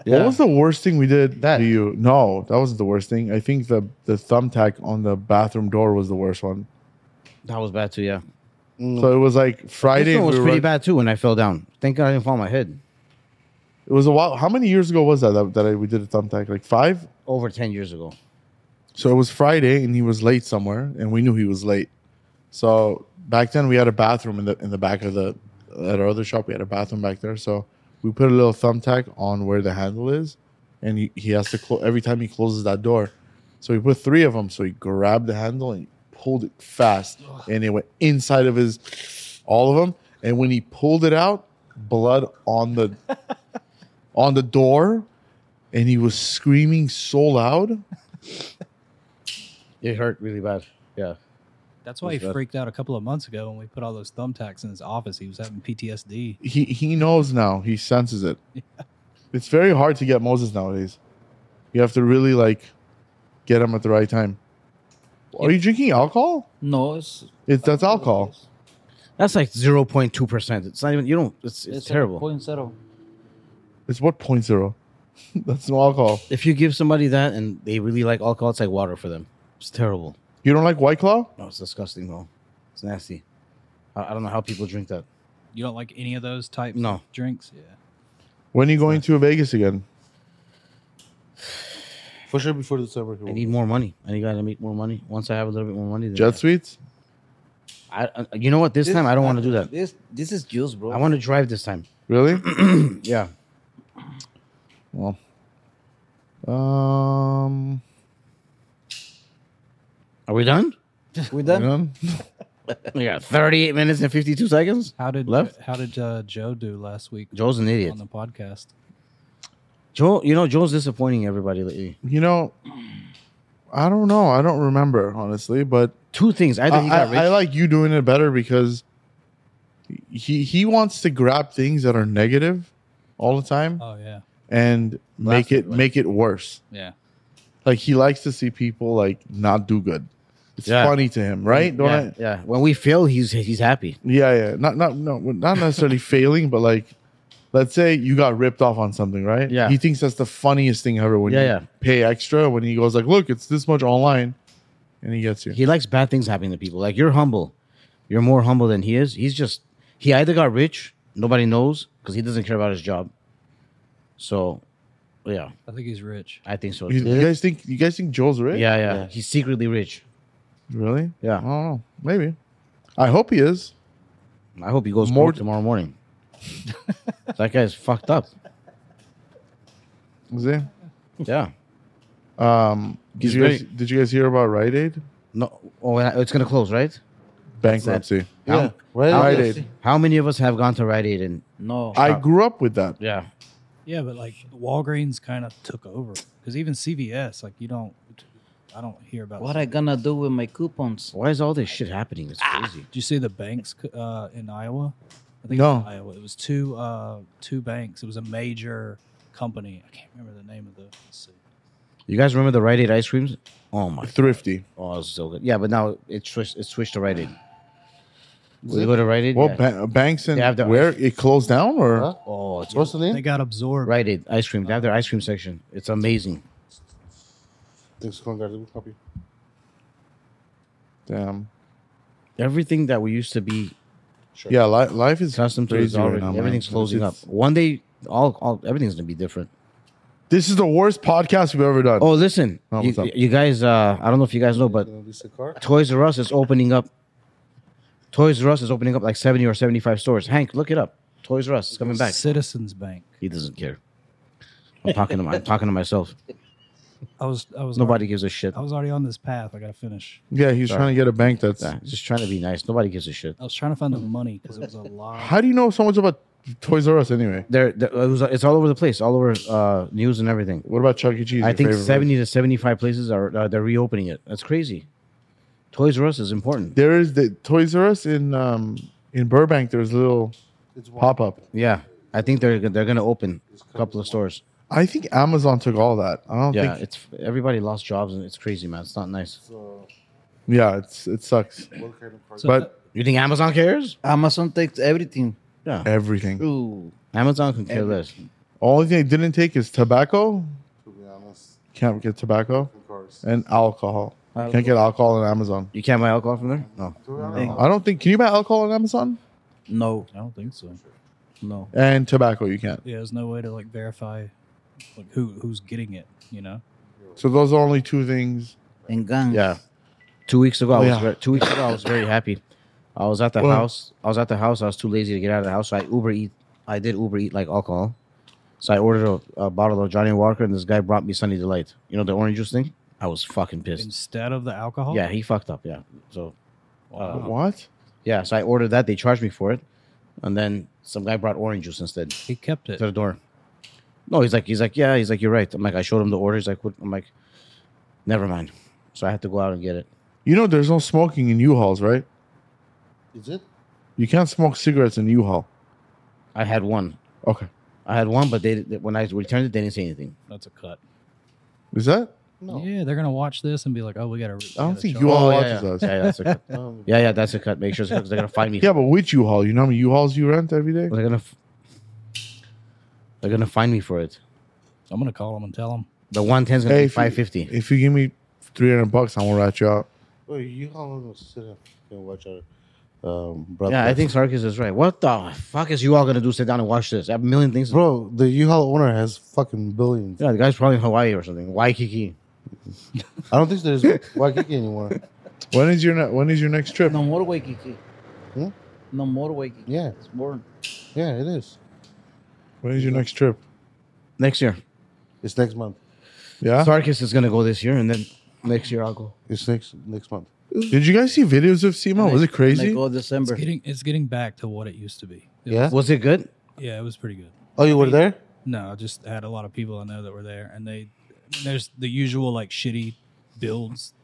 S2: What was the worst thing we did
S1: That.
S2: to you? No, that wasn't the worst thing. I think the the thumbtack on the bathroom door was the worst one.
S3: that was bad too. Yeah,
S2: So it was like
S3: Mm. this
S2: Friday.
S3: one was
S2: we were
S3: pretty
S2: run-
S3: bad too when I fell down. Thank God I didn't fall on my head.
S2: It was a while. How many years ago was that that, that I, we did a thumbtack? Like five.
S3: Over ten years ago.
S2: So it was Friday, and he was late somewhere, and we knew he was late. So back then we had a bathroom in the in the back of the at our other shop. We had a bathroom back there, so we put a little thumbtack on where the handle is, and he, he has to close every time he closes that door. So he put three of them. So he grabbed the handle and he pulled it fast, and it went inside of his all of them. And when he pulled it out, blood on the on the door, and he was screaming so loud.
S3: It hurt really bad. Yeah.
S4: That's why he
S3: was bad.
S4: freaked out a couple of months ago when we put all those thumbtacks in his office. He was having PTSD.
S2: he he knows now. He senses it. It's very hard to get Moses nowadays. You have to really like get him at the right time. Are you drinking alcohol?
S5: No, it's.
S2: It's that's
S5: Oh,
S2: alcohol.
S3: That's like zero point two percent. It's not even. You don't. It's, it's,
S5: It's
S3: terrible.
S5: Point zero.
S2: It's what point zero. <laughs> that's no alcohol.
S3: If you give somebody that and they really like alcohol, it's like water for them. It's terrible.
S2: You don't like White Claw?
S3: No, it's disgusting though. It's nasty. I, I don't know how people drink that.
S4: You don't like any of those types
S3: No.
S4: of drinks? Yeah.
S2: When are you going to Vegas again?
S1: for sure before December. he
S3: I
S1: will.
S3: need more money. I gotta make more money. Once I have a little bit more money, then
S2: Jet Sweets?
S3: I, I, you know what? This time I don't want to do that.
S5: This this is juice, bro.
S3: I want to drive this time.
S2: Really?
S3: Yeah.
S2: well. Um
S3: Are
S2: <laughs>
S3: we done?
S5: We done?
S2: done?
S3: We got 38 minutes and 52 seconds.
S4: How did
S3: Left?
S4: how did uh, Joe do last week
S3: Joe's an idiot.
S4: on the podcast?
S3: Joe, you know Joe's disappointing everybody lately.
S2: you know, I don't know. I don't remember, honestly, but
S3: Two things. Either he
S2: I,
S3: got
S2: I,
S3: rich.
S2: I like you doing it better because he he wants to grab things that are negative all the time,
S4: Oh yeah.
S2: and make it
S4: Laugh-
S2: make it worse.
S4: Yeah.
S2: Like he likes to see people like not do good. It's
S3: Yeah.
S2: funny to him, right? Don't
S3: yeah,
S2: I?
S3: yeah. When we fail, he's he's happy.
S2: Yeah, yeah. Not not no, not necessarily <laughs> failing, but like let's say you got ripped off on something, right?
S3: Yeah.
S2: He thinks that's the funniest thing ever when
S3: Yeah,
S2: you
S3: yeah.
S2: pay extra when he goes like, "Look, it's this much online." And he gets you.
S3: He likes bad things happening to people. Like you're humble, you're more humble than he is. He's just he either got rich, nobody knows, because he doesn't care about his job. So, yeah,
S4: I think he's rich.
S3: I think so.
S2: you,
S3: too.
S2: you guys think you guys think Joel's rich?
S3: Yeah, yeah,
S1: Yeah.
S3: He's secretly rich.
S2: Really? I don't
S3: Yeah.
S2: know. Maybe. I hope he is.
S3: I hope he goes
S2: More-
S3: more tomorrow
S2: <laughs>
S3: morning. that guy's fucked up.
S2: Is he?
S3: Yeah.
S2: Um, did
S3: He's
S2: you guys,
S3: very-
S2: did you guys hear about Rite Aid
S3: No. Oh, and I- it's gonna close, right?
S2: bankruptcy?
S1: Yeah. Right.
S2: Rite
S1: yeah.
S2: Aid.
S3: How many of us have gone to Rite Aid and
S5: No.
S2: I grew up with that.
S3: yeah,
S4: Yeah, but like Walgreens kind of took over because even CVS, like you don't, I don't hear about.
S5: what I gonna do with my coupons?
S3: Why is all this shit happening? It's
S2: Ah.
S3: crazy.
S4: Did you see the banks uh, in Iowa? I think
S2: No.
S4: it was Iowa. It was two uh, two banks. It was a major company. I can't remember the name of the. Let's see.
S3: You guys remember the Rite Aid ice creams? Oh my!
S2: Thrifty.
S3: Oh, it's so good. Yeah, but now it switched. It switched to Rite Aid. Will you go to Rite Aid?
S2: Well,
S3: Yeah.
S2: ba- banks and
S3: They have their-
S2: where it closed down or
S1: Huh?
S3: oh, it's
S1: What's the
S4: They
S1: name?
S4: got absorbed.
S3: Rite Aid ice cream. They have their ice cream section. It's amazing.
S1: Thanks, Congardo. Copy.
S2: damn.
S3: Everything that we used to be
S2: Yeah, li- life is
S3: accustomed to is
S2: crazy right
S3: already
S2: now, man.
S3: everything's closing up.
S2: It's-
S3: One day, all, all everything's gonna be different.
S2: This is the worst podcast we've ever done.
S3: Oh, listen,
S2: Oh,
S3: you,
S2: what's up?
S3: you guys. Uh, I don't know if you guys know, but
S1: Gonna lease a car?
S3: Toys R Us is opening up. Toys R Us is opening up like seventy or seventy-five stores. Hank, look it up. Toys R Us is coming back.
S4: Citizens Bank.
S3: He doesn't care. I'm talking to my, I'm talking to myself.
S4: I was I was
S3: Nobody gives a shit.
S4: I was already on this path. I gotta finish.
S2: yeah, he's
S3: Sorry.
S2: trying to get a bank that's.
S3: Nah, just trying to be nice. Nobody gives a shit.
S4: I was trying to find the money because it
S3: <laughs>
S4: was a lot.
S2: How do you know so much about Toys R Us anyway?
S3: There, there- it was, it's all over the place, all over uh, news and everything.
S2: What about Chuck E. Cheese?
S3: I
S2: your
S3: think
S2: favorite
S3: seventy to seventy-five places are uh, they're reopening it. That's crazy. Toys R Us is important.
S2: There is the Toys R Us in um in Burbank. There's a little
S1: It's one.
S2: pop up.
S3: Yeah, I think they're they're gonna open a couple of stores.
S2: I think Amazon took all that. I don't
S3: Yeah,
S2: think.
S3: it's everybody lost jobs and it's crazy, man. It's not nice.
S1: So,
S2: yeah, it's it sucks.
S1: what kind of car?
S4: So
S2: But
S3: You think Amazon cares?
S5: Amazon takes everything.
S3: Yeah,
S2: everything.
S5: Ooh.
S3: Amazon can care less.
S2: Only thing they didn't take is tobacco.
S1: to be honest,
S2: Can't get tobacco
S1: cars.
S2: and alcohol. Can't get alcohol on Amazon.
S3: You can't buy alcohol from there. No.
S1: To be honest,
S2: I don't think. Can you buy alcohol on Amazon?
S5: No,
S4: I don't think so.
S5: no.
S2: And tobacco, you can't.
S4: Yeah, there's no way to like verify like who who's getting it. You know.
S2: So those are only two things.
S5: And guns.
S3: Yeah. Two weeks ago,
S2: Oh,
S3: I was
S2: yeah.
S3: ver- two weeks ago I was very happy. I was at the
S2: Well-
S3: house. I was at the house. I was too lazy to get out of the house, so I Uber eat. I did Uber eat like alcohol, so I ordered a, a bottle of Johnny Walker, and this guy brought me Sunny Delight. You know the orange juice thing. I was fucking pissed.
S4: Instead of the alcohol.
S3: Yeah, he fucked up. Yeah, so uh,
S2: What?
S3: yeah, so I ordered that. They charged me for it, and then some guy brought orange juice instead
S4: He kept it.
S3: to the door. No, he's like, he's like, yeah, he's like, you're right. I'm like, I showed him the order. He's like, what? I'm like, never mind. So I had to go out and get it.
S2: You know, there's no smoking in U-Hauls, right?
S1: is it?
S2: You can't smoke cigarettes in U-Haul.
S3: I had one.
S2: Okay.
S3: I had one, but they, they when I returned it, they didn't say anything.
S4: That's a cut.
S2: Is that?
S1: No.
S4: Yeah, they're gonna watch this and be like, "Oh, we gotta."
S2: I don't think
S4: you.
S2: you all
S3: yeah,
S2: watches
S3: yeah.
S2: us.
S3: Yeah, yeah, that's a cut.
S2: Oh.
S1: Um,
S3: yeah, yeah, that's a cut. Make sure it's a cut because they're gonna find me.
S2: Yeah, but which U-Haul? You know how many U-Hauls you rent every day?
S3: They're gonna. f- They're gonna find me for it.
S4: I'm gonna call him and tell him.
S3: The one ten's gonna
S2: Hey,
S3: be
S2: if you-
S3: five fifty.
S2: If you give me 300 bucks, I won't rat you out.
S1: Wait, you how long will sit up and watch our um, brother?
S3: Yeah, I think Sarkis is right. What the fuck is you all gonna do? Sit down and watch this? I have a million things.
S1: bro, the U-Haul owner has fucking billions.
S3: Yeah, the guy's probably in Hawaii or something. Waikiki.
S1: I don't think there's Waikiki anymore.
S2: When is your ne- when is your next trip?
S5: No more Waikiki.
S1: Hmm?
S5: No more Waikiki.
S1: Yeah,
S5: It's boring.
S1: yeah, it is.
S2: When is your next trip?
S3: Next year,
S1: It's next month.
S2: Yeah.
S3: Sarkis is gonna go this year, and then next year I'll go.
S1: It's next next month.
S2: Did you guys see videos of SEMA? Was it
S5: Like,
S2: crazy?
S5: oh,
S4: It's
S5: December.
S4: getting it's getting back to what it used to be. It
S1: Yeah.
S4: was-
S3: Was it good?
S4: yeah, it was pretty good.
S1: Oh, you were there?
S4: No, I just had a lot of people I know that were there, and they there's the usual like shitty builds,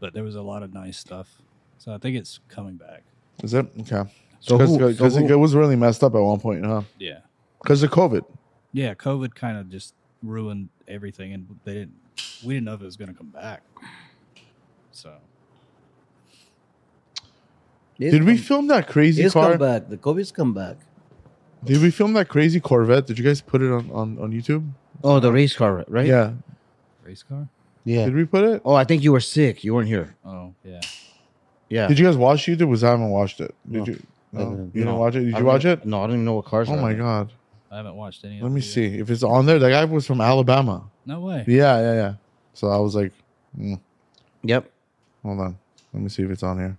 S4: but there was a lot of nice stuff. So I think it's coming back.
S2: Is it okay?
S3: So who- so
S2: Because
S3: who-
S2: it was really messed up at one point, huh?
S4: Yeah,
S2: Because of COVID.
S4: yeah, COVID kind of just ruined everything, and they didn't. We didn't know if it was going to come back. So
S2: Did we film that crazy
S5: It's come
S2: car?
S5: back. The COVID's come back.
S2: Did we film that crazy Corvette? Did you guys put it on, on, on YouTube?
S3: Oh, the race car, right?
S2: Yeah.
S4: race car.
S1: Yeah.
S2: Did we put it?
S3: Oh, I think you were sick. You weren't here.
S4: Oh yeah.
S3: Yeah.
S2: Did you guys watch YouTube? Because I haven't watched it. Did
S1: No.
S2: you? No.
S1: I didn't.
S2: You didn't
S3: No.
S2: watch it? Did
S3: I
S2: you
S3: don't-
S2: watch it?
S3: No, I don't even know what cars.
S2: Oh
S3: were
S2: my
S3: on it.
S2: god.
S4: I haven't watched any. of
S2: Let
S4: the
S2: me
S4: videos.
S2: see. If it's on there, that guy was from Alabama.
S4: No way.
S2: Yeah, yeah, yeah. So I was like, mm,
S3: Yep.
S2: hold on. Let me see if it's on here.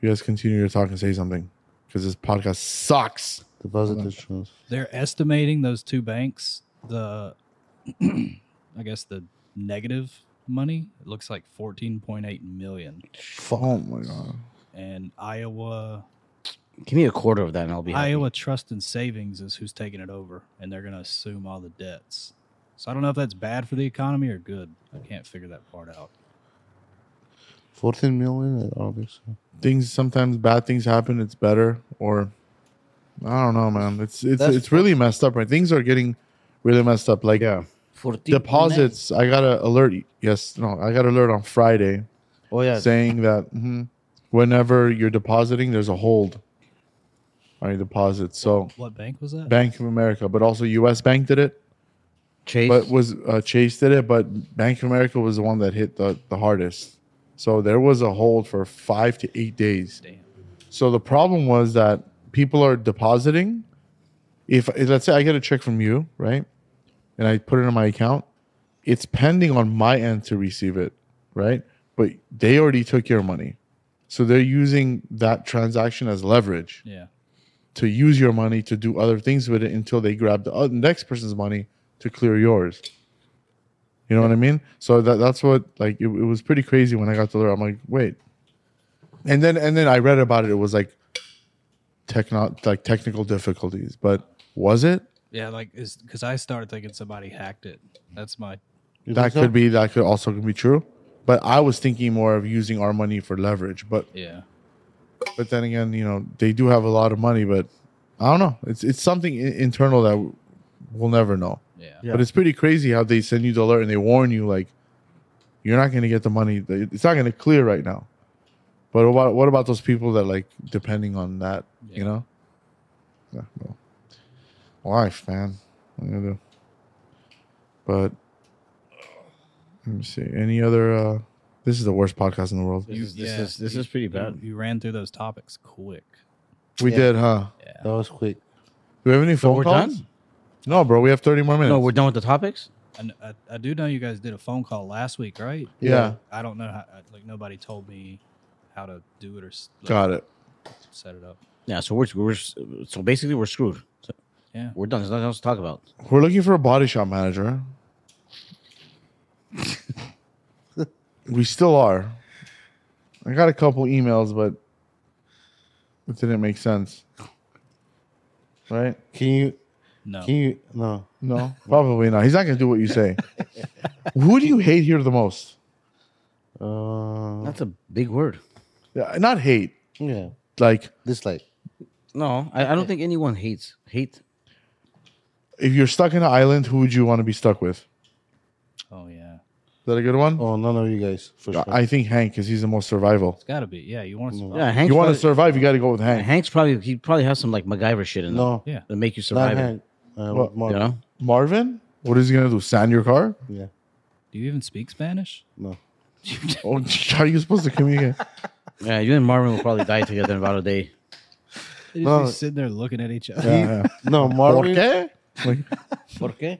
S2: You guys continue your talk and say something. Because this podcast sucks.
S1: The positive truth.
S4: They're estimating those two banks. The, <clears throat> I guess the negative money it looks like fourteen point eight million,
S2: Oh my god.
S4: and Iowa
S3: Give me a quarter of that, and I'll be. happy.
S4: Iowa Trust and Savings is who's taking it over, and they're going to assume all the debts. So I don't know if that's bad for the economy or good. I can't figure that part out.
S1: 14 million? I don't think so.
S2: Things sometimes bad things happen, it's better. Or I don't know, man. It's it's
S5: That's-
S2: it's really messed up, right? Things are getting really messed up. Like
S3: Yeah.
S5: 14
S2: deposits. I got an alert. Yes, no, I got an alert on Friday
S3: Oh yeah.
S2: saying that mhm, whenever you're depositing, there's a hold on your deposits. So
S4: What bank was that?
S2: Bank of America, but also U.S. Bank did it,
S3: Chase.
S2: but was uh, Chase did it, but Bank of America was the one that hit the, the hardest. So there was a hold for five to eight days.
S4: Damn.
S2: So the problem was that people are depositing. If if- let's say I get a check from you, right, and I put it in my account, it's pending on my end to receive it, right? But they already took your money, so they're using that transaction as leverage
S4: Yeah.
S2: to use your money to do other things with it until they grab the other, next person's money to clear yours. You know what I mean? So that that's what like it, it was pretty crazy when I got to learn. I'm like, wait, and then and then I read about it. It was like techno like technical difficulties, but was it?
S4: Yeah, like is because I started thinking somebody hacked it. That's my
S1: You
S2: that
S1: think so?
S2: could be that could also be true. But I was thinking more of using our money for leverage. But
S4: yeah.
S2: but then again, you know, they do have a lot of money. But I don't know. It's it's something i- internal that we'll never know.
S4: Yeah.
S3: Yeah.
S2: But it's pretty crazy how they send you the alert and they warn you like, you're not going to get the money. that- It's not going to clear right now. But what what about those people that like depending on that? You
S4: Yeah.
S2: know, yeah, well, life, man. What are you gonna do? But let me see. Any other? uh This is the worst podcast in the world.
S3: this
S4: You-
S3: is, this
S4: yeah.
S3: is this is pretty bad.
S4: You, you ran through those topics quick.
S2: We
S1: Yeah.
S2: did, huh?
S1: That was quick.
S2: Do we have any phone
S3: we're
S2: calls?
S3: done?
S2: No, bro. We have thirty more minutes.
S3: No, we're done with the topics.
S4: And I, I do know you guys did a phone call last week, right?
S2: Yeah.
S4: I don't know how like nobody told me how to do it or s- like,
S2: got it.
S4: set it up.
S3: Yeah. So we're we're so basically we're screwed. So
S4: Yeah.
S3: we're done. There's nothing else to talk about.
S2: We're looking for a body shop manager. we still are. I got a couple emails, but it didn't make sense. Right?
S1: Can you,
S4: No.
S1: can you, no.
S2: No, probably not. He's not going to do what you say. Who do you hate here the most?
S1: Uh,
S3: That's a big word.
S2: Yeah, Not hate,
S1: yeah.
S2: like
S1: Dislike.
S3: No, I, I don't think anyone hates hate.
S2: if you're stuck in an island, who would you want to be stuck with? Is
S4: Oh yeah.
S2: that a good one?
S1: Oh, none of you guys, for sure.
S2: I think Hank, because he's the most survival.
S4: It's gotta be. Yeah, you want
S2: Mm,
S4: to
S3: Yeah, Hank's
S2: you want to
S3: probably,
S2: survive, you got to go with Hank.
S3: Hank's probably he probably has some like MacGyver shit in
S1: no,
S4: Yeah.
S3: him to make you
S1: not
S3: survive. it,
S1: Hank. Uh,
S2: Well,
S1: Mark.
S3: You know.
S2: Marvin, what is he going to do? Sand your car?
S1: Yeah,
S4: Do you even speak Spanish?
S1: no.
S2: Oh, <laughs> how are you supposed to communicate?
S3: Yeah, you and Marvin will probably die together in about a day.
S4: They just
S1: No.
S4: be sitting there looking at each other.
S2: Yeah, <laughs>
S1: No,
S2: yeah.
S1: Marvin.
S2: Like,
S5: Por qué?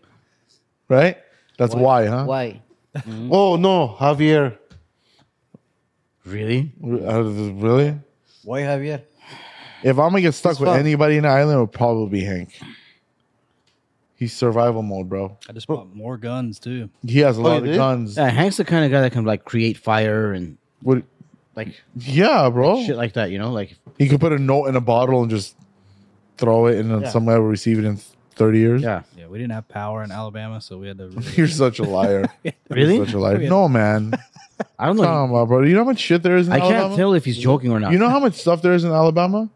S2: right? That's why, huh?
S5: Why?
S1: Oh, no, Javier.
S3: <laughs> Really?
S2: Uh, really?
S5: Why, Javier?
S2: If I'm gonna get stuck with
S1: fuck.
S2: anybody in the island, it would probably be Hank. He's survival mode, bro.
S4: I just bought more guns too.
S2: Oh, He has a lot
S1: you
S2: of
S1: did?
S2: guns.
S3: Yeah, Hank's the kind of guy that can like create fire and
S2: What?
S3: like
S2: Yeah, bro.
S3: shit like that. You know, like
S2: He could put a note in a bottle and just throw it, and then
S3: Yeah.
S2: some guy will receive it in 30 years.
S3: yeah.
S4: Yeah, we didn't have power in Alabama, so we
S2: <laughs>
S4: had to really-
S2: You're such a liar.
S3: <laughs> Really?
S2: You're such a liar. No,
S3: <laughs>
S2: man.
S3: I don't know.
S2: Come on, bro. You know how much shit there is in
S3: I can't
S2: Alabama?
S3: tell if he's joking or not.
S2: You know how much stuff there is in Alabama?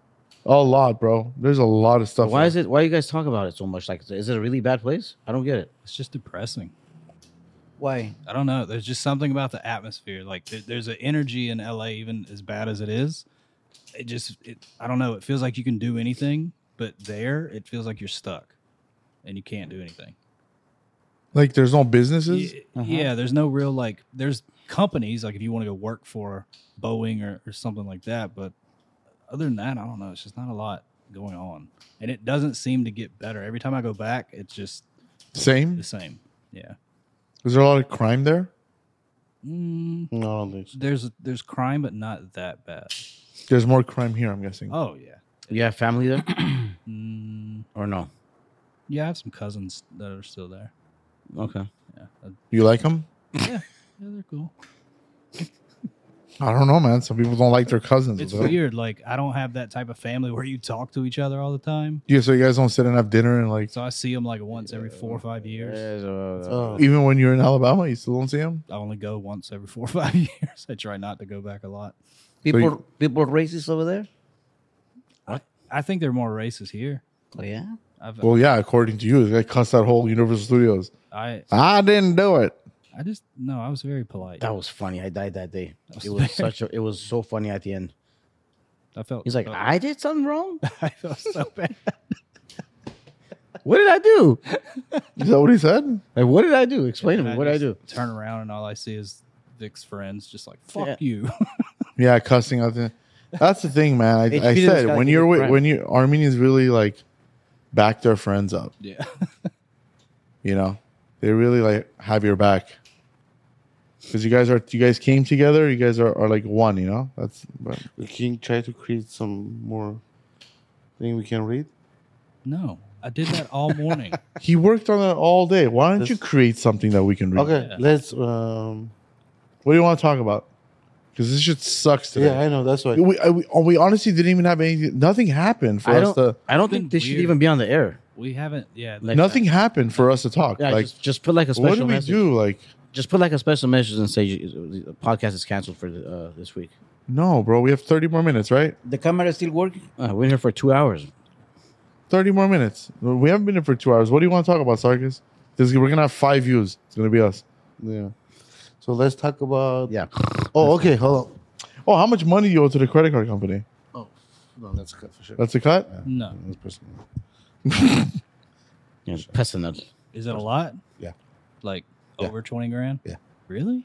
S2: A lot, bro. There's a lot of stuff.
S3: Why is it? Why you guys talk about it so much? Like, is it a really bad place? I don't get it.
S4: It's just depressing.
S5: Why?
S4: I don't know. There's just something about the atmosphere. Like there, there's an energy in LA, even as bad as it is. It just, it, I don't know. It feels like you can do anything, but there, it feels like you're stuck, and you can't do anything.
S2: Like, there's no businesses.
S4: Y-
S5: Uh-huh.
S4: Yeah, there's no real like. There's companies like if you want to go work for Boeing or, or something like that, but other than that, I don't know. It's just not a lot going on, and it doesn't seem to get better. Every time I go back, it's just
S2: Same.
S4: the same. Yeah.
S2: Is there a lot of crime there?
S4: Mm,
S1: No, I don't think so.
S4: there's there's crime, but not that bad.
S2: There's more crime here. I'm guessing.
S4: Oh yeah.
S3: You have
S2: <coughs>
S3: family there
S4: Mm,
S3: or no?
S4: yeah, I have some cousins that are still there.
S3: Okay.
S4: Yeah, uh,
S2: You like them?
S4: yeah they're cool.
S2: I don't know, man. Some people don't like their cousins.
S4: It's
S2: bro.
S4: weird. Like I don't have that type of family where you talk to each other all the time.
S2: Yeah, so you guys don't sit and have dinner and like.
S4: So I see them like once every four or five years.
S3: There's a-
S4: uh,
S1: Oh.
S2: Even when you're in Alabama, you still don't see them.
S4: I only go once every four or <laughs> five years. I try not to go back a lot.
S3: People,
S2: you-
S3: people are racist over there.
S4: I think they're more racist here.
S3: Oh, yeah.
S4: I've,
S2: Well, yeah, according to you, they cussed out whole Universal Studios.
S4: I
S2: I didn't do it.
S4: I just no. I was very polite.
S3: That was funny. I died that day.
S4: That
S3: It
S4: was <laughs>
S3: was such a. It was so funny at the end.
S4: I felt
S3: He's like, "Ah."
S4: felt-
S3: I did something wrong.
S4: <laughs> I
S3: <laughs>
S4: felt so bad.
S3: What did I do?
S2: Is that what he said?
S3: Like, what did I do? Explain to
S4: And
S3: me. What did I do?
S4: just Turn around and all I see is Vic's friends. Just like fuck
S3: Yeah.
S4: you. <laughs>
S2: Yeah, cussing out. The, that's the thing, man.
S3: They
S2: I, I
S3: treated this guy
S2: said
S3: like
S2: when
S3: he
S2: you're with,
S3: was Brent.
S2: when you Armenians really like back their friends up.
S4: yeah.
S2: You know, they really like have your back because you guys are you guys came together. You guys are, are like one. You know, that's
S3: <laughs>
S2: but
S1: We can try to create some more thing we can read.
S4: No, I did that
S3: <laughs>
S4: all morning.
S2: he worked on it all day. Why don't you
S1: This-
S2: create something that we can read?
S1: Okay,
S4: Yeah.
S1: let's. um
S2: What do you want to talk about? Because this shit sucks today.
S1: Yeah, I know. That's why.
S2: we, I, we, oh, we honestly didn't even have anything. Nothing happened for
S3: I
S2: us
S3: don't.
S2: to.
S3: I don't
S4: Been
S3: think they should
S4: weird.
S3: even be on the air.
S4: we haven't. Yeah.
S3: Like,
S2: nothing happened for us to talk.
S3: Yeah,
S2: like,
S3: just, just put like a special
S2: what do we
S3: message.
S2: do? Like,
S3: Just put like a special message and say you- the podcast is canceled for the, uh, this week.
S2: no, bro, we have thirty more minutes, right?
S5: The camera is still working?
S3: Uh, we're here for two hours.
S2: Thirty more minutes. We haven't been here for two hours. What do you want to talk about, Sarkis? This, we're gonna have five views. It's gonna be us.
S1: Yeah. So let's talk about.
S3: Yeah.
S1: <laughs> Oh, okay. Hold on.
S2: Oh, how much money you owe to the credit card company?
S1: Oh, No, that's cut for sure.
S2: That's a cut.
S4: No.
S1: That's personal.
S3: Yeah, pissing that.
S4: Is that a lot?
S1: Yeah.
S4: Like
S1: Yeah.
S4: over twenty grand.
S1: Yeah.
S4: Really?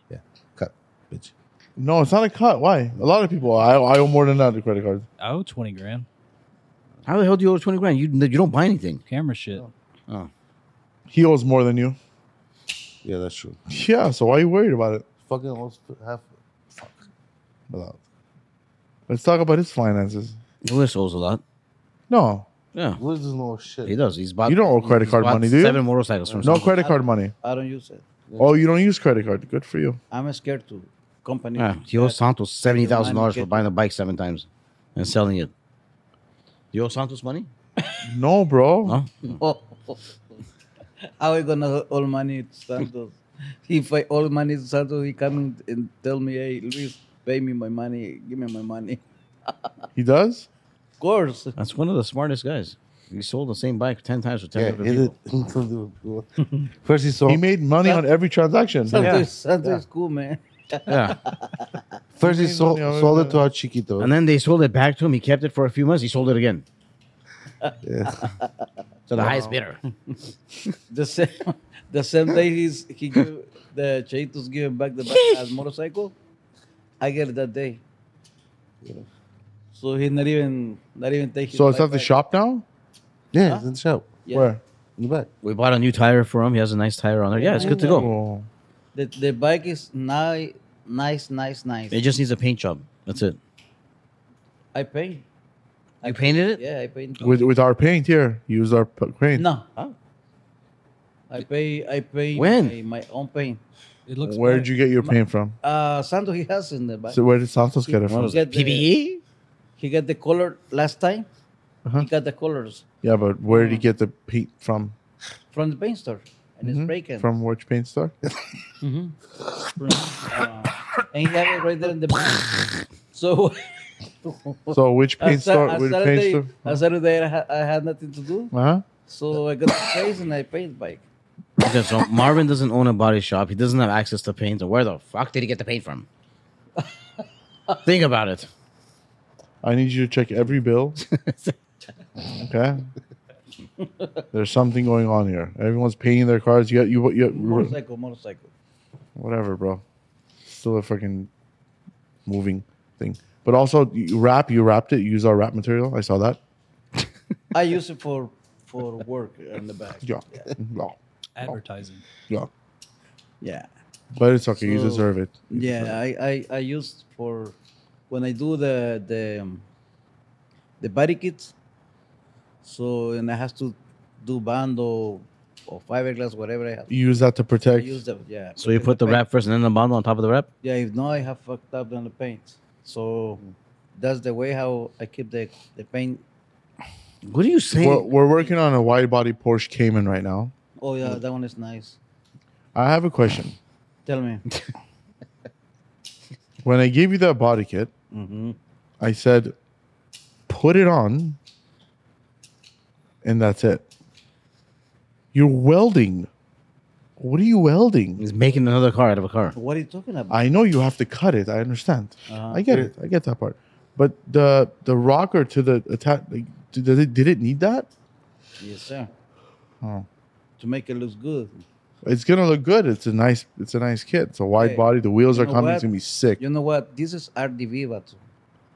S1: Bitch.
S2: No, it's not a cut. Why? A lot of people. I, I owe more than that to credit cards.
S4: I owe Oh, twenty grand.
S3: How the hell do you owe twenty grand? You you don't buy anything.
S4: Camera shit.
S2: He owes more than you. <laughs>
S1: Yeah, that's true.
S2: Yeah. So why are you worried about it?
S1: Fucking almost half. Fuck.
S2: Without. Let's talk about his finances.
S3: Lewis owes a lot.
S2: No,
S3: Yeah,
S1: What is this no
S3: he
S1: shit?
S3: does. He's bought.
S2: You don't owe credit
S3: he's
S2: card
S3: bought
S2: money, do you?
S3: Seven motorcycles from
S2: no
S3: someone.
S2: credit card money.
S5: I don't use it.
S2: Oh, you don't use credit card. Good for you.
S5: I'm scared to company.
S2: Ah,
S3: Yeah, he
S5: <laughs>
S3: owes Santos seventy thousand dollars for
S5: Okay.
S3: buying the bike seven times and selling it. You owe Santos money?
S2: No, bro.
S3: No.
S5: Oh. How I gonna all money to Santos? <laughs> if I all money to Santos, he come and tell me, hey, Luis, pay me my money, give me my money.
S2: He does?
S5: Of course.
S3: That's one of the smartest guys. He sold the same bike ten times for ten
S1: Yeah,
S3: different
S1: he
S3: people.
S1: <laughs>
S5: <laughs>
S1: did. First he saw.
S2: He made money on every transaction.
S5: Santos, Santos is cool, man.
S2: <laughs>
S3: Yeah,
S1: First he
S2: made
S1: sold,
S2: money on
S1: sold
S2: it.
S1: it to our chiquito.
S3: and then they sold it back to him. He kept it for a few months. He sold it again
S1: yeah.
S3: <laughs> to the highest bidder.
S5: The same, <laughs> the same day he's, he give, the Chaitos giving back the bike as motorcycle, I get it that day. So he not even not even take. his
S2: So it's
S5: bike
S2: at the
S5: back.
S2: shop now?
S1: Yeah, it's in the shop.
S5: Yeah.
S2: Where?
S1: In the back.
S3: We bought a new tire for him. He has a nice tire on there. Yeah, it's good to go.
S2: Oh.
S5: The, the bike is ni- nice, nice, nice.
S3: It just needs a paint job. That's it.
S5: I paint.
S3: You painted it?
S5: Yeah, I paint.
S2: With, with our paint here. Use our p- paint.
S5: No.
S3: Oh.
S5: I pay. I pay.
S3: When?
S5: My, my own paint.
S4: It looks.
S2: Where did
S4: better.
S2: you get your paint from?
S5: Uh, Santos he has in the bike.
S2: So where did Santos get it
S3: What
S2: from?
S3: was it?
S5: Get the-
S3: PBE?
S5: he got the color last time.
S2: Uh-huh.
S5: He got the colors
S2: Yeah, but where did he get the paint from?
S5: from the paint store and
S2: Mm-hmm.
S5: it's breaking.
S2: From which paint store?
S5: From, uh, and he had it right there in the back. So
S2: So which
S5: On <laughs>
S2: paint
S5: Sa-
S2: store?
S5: on
S2: Which paint
S5: Saturday,
S2: store? Uh-huh.
S5: on Saturday I, ha- I had nothing to do,
S2: Huh?
S5: so I got the place and I paint bike.
S3: Okay, so Marvin doesn't own a body shop. He doesn't have access to paint. And where the fuck did he get the paint from? Think about it.
S2: I need you to check every bill. okay. There's something going on here. Everyone's painting their cars. You got you what you
S5: Motorcycle, motorcycle.
S2: whatever, bro. Still a fucking moving thing. But also you wrap. You wrapped it. You used our wrap material. I saw that.
S5: I use it for for work on the back.
S2: Yeah. Yeah.
S4: Advertising.
S2: Yeah.
S5: Yeah.
S2: But it's okay. you
S5: So-
S2: deserve it. You
S5: Yeah,
S2: deserve
S5: I, I, I used for when I do the the um, the body kits. So and I have to do band or, or fiberglass, whatever I have.
S2: it. You use that to
S5: I
S2: protect.
S5: use them, yeah.
S3: So you put the
S5: paint.
S3: wrap first and then the bundle on top of the wrap?
S5: Yeah, if not, I have fucked up on the paint. So that's the way how I keep the the paint.
S3: What are you saying?
S2: We're, we're working on a wide body Porsche Cayman right now.
S5: Oh yeah, that one is nice.
S2: I have a question.
S5: Tell me. <laughs>
S2: When I gave you that body kit,
S5: hmm
S2: I said, put it on, and that's it. You're welding. What are you welding?
S3: He's making another car out of a car.
S5: What are you talking about?
S2: I know you have to cut it. I understand.
S5: Uh-huh.
S2: I get it. I get that part. But the the rocker to the attack, like, did it, did it need that?
S5: Yes, sir.
S2: Oh.
S5: To make it look good.
S2: It's gonna look good. It's a nice. It's a nice kit. It's a wide
S5: Hey,
S2: body. The wheels
S5: you
S2: are
S5: know
S2: coming.
S5: what?
S2: It's gonna be sick.
S5: You know what? This is RTV, but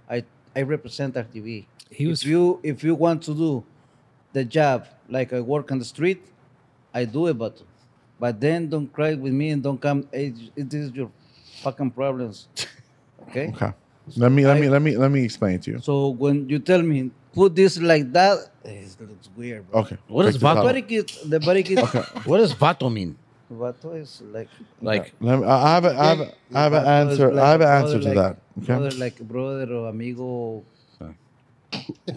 S5: I I represent RTV.
S4: He was
S5: if you if you want to do the job like I work on the street, I do it, but but then don't cry with me and don't come. Hey, it is your fucking problems, okay?
S2: Okay. Let me let
S5: I-
S2: me let me let me explain it to you.
S5: So when you tell me put this like that, eh, it looks weird. Bro.
S2: Okay.
S3: What
S2: check
S3: is
S2: this
S3: Vato-
S2: out.
S5: Body kit, the body kit, <laughs>
S3: What does vato mean?
S5: what is like
S3: Like,
S2: Let me, I I have a, I have a, I have an answer. I have an answer to that. Okay.
S5: Brother, like brother or amigo.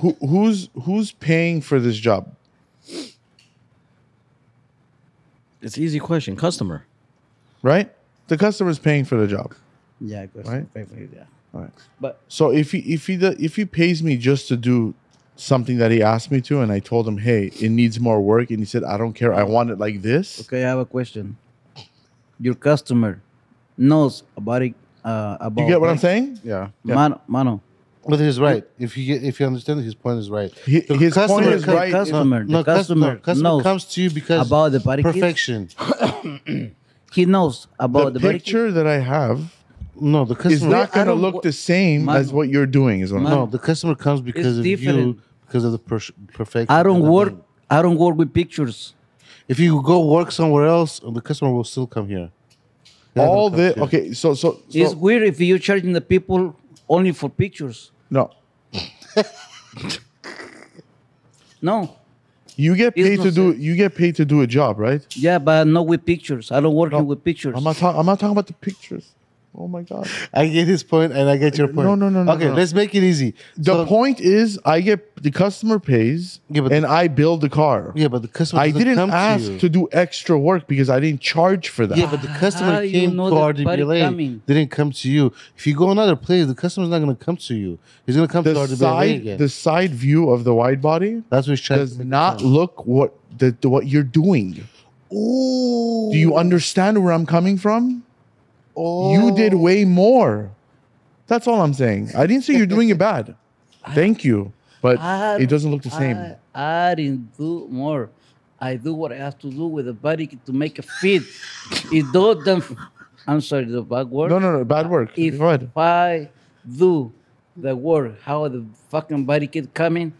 S2: Who, who's who's paying for this job?
S3: it's easy question. Customer.
S2: Right. The customer's paying for the job.
S5: Yeah, because
S2: Right.
S5: favorite, yeah.
S2: All right.
S5: But
S2: So if he if he do- if he pays me just to do something that he asked me to, and I told him, hey, it needs more work, and he said, I don't care, I want it like this.
S5: Okay, I have a question. Your customer knows about it. Uh, about
S2: You get what I'm saying?
S3: Yeah.
S5: Mano, mano.
S1: But he's right. If you get, if you understand, his point is right.
S2: He-
S1: The
S2: his point
S1: customer
S2: is
S1: co-
S2: right.
S1: No,
S5: Customer, the
S1: no, cus-
S5: customer
S1: no, customer
S5: knows
S1: comes to you because
S5: about the body kit?
S1: perfection.
S5: He knows about
S2: The
S5: the, body kit.
S2: picture that I have
S1: No, the
S2: is
S1: customer
S2: not
S5: I
S2: going to
S5: don't
S2: look
S5: wa-
S2: the same as
S5: Mano.
S2: what you're doing. Is what I'm
S5: Mano.
S1: No, the customer comes because of you
S5: different.
S1: because of the per- perfection.
S5: I don't
S1: of the
S5: work.
S1: thing.
S5: I don't work with pictures.
S1: If you go work somewhere else, the customer will still come here. They're not
S2: all
S1: gonna
S2: the
S1: come here.
S2: okay so so, so
S5: it's weird if you're charging the people only for pictures.
S2: no
S5: No,
S2: you get
S5: It's
S2: paid
S5: no
S2: to do you get paid to do a job right
S5: yeah, but not with pictures. I don't work
S2: No,
S5: with pictures.
S2: i'm not talking i'm not talking about the pictures oh my god
S1: I get his point and I get your point.
S2: No, no, no, no,
S1: Okay,
S2: no.
S1: let's make it easy.
S2: the
S1: So-
S2: point is i get the customer pays
S1: Yeah, but-
S2: and i build the car
S1: Yeah, but the customer.
S2: i
S1: doesn't
S2: didn't
S1: come
S2: ask
S1: you.
S2: to, do extra work because i didn't charge for that
S1: Yeah, but the customer
S5: How Ah, you
S1: came to
S5: know
S1: our
S5: that party
S1: DBLA.
S5: coming?
S1: They didn't come to you. If you go another place, the customer's not going to come to you. He's going to come to our
S2: the
S1: DBLA
S2: side
S1: again.
S2: the side view of the wide body
S1: That's what he's trying
S2: does not look what the, the- what you're doing
S1: Ooh.
S2: do you understand where i'm coming from
S1: Oh.
S2: You did way more. That's all I'm saying. I didn't say you're doing it
S1: <laughs>
S2: bad. Thank you, but
S5: I-
S2: it doesn't look the same.
S5: I, I didn't do more. I do what I have to do with the body kit to make it fit. it
S2: <laughs>
S5: doesn't. I'm sorry, the bad word.
S2: no, no, no, bad work.
S5: if
S2: Go ahead.
S5: I do the work, how the fucking body keep coming,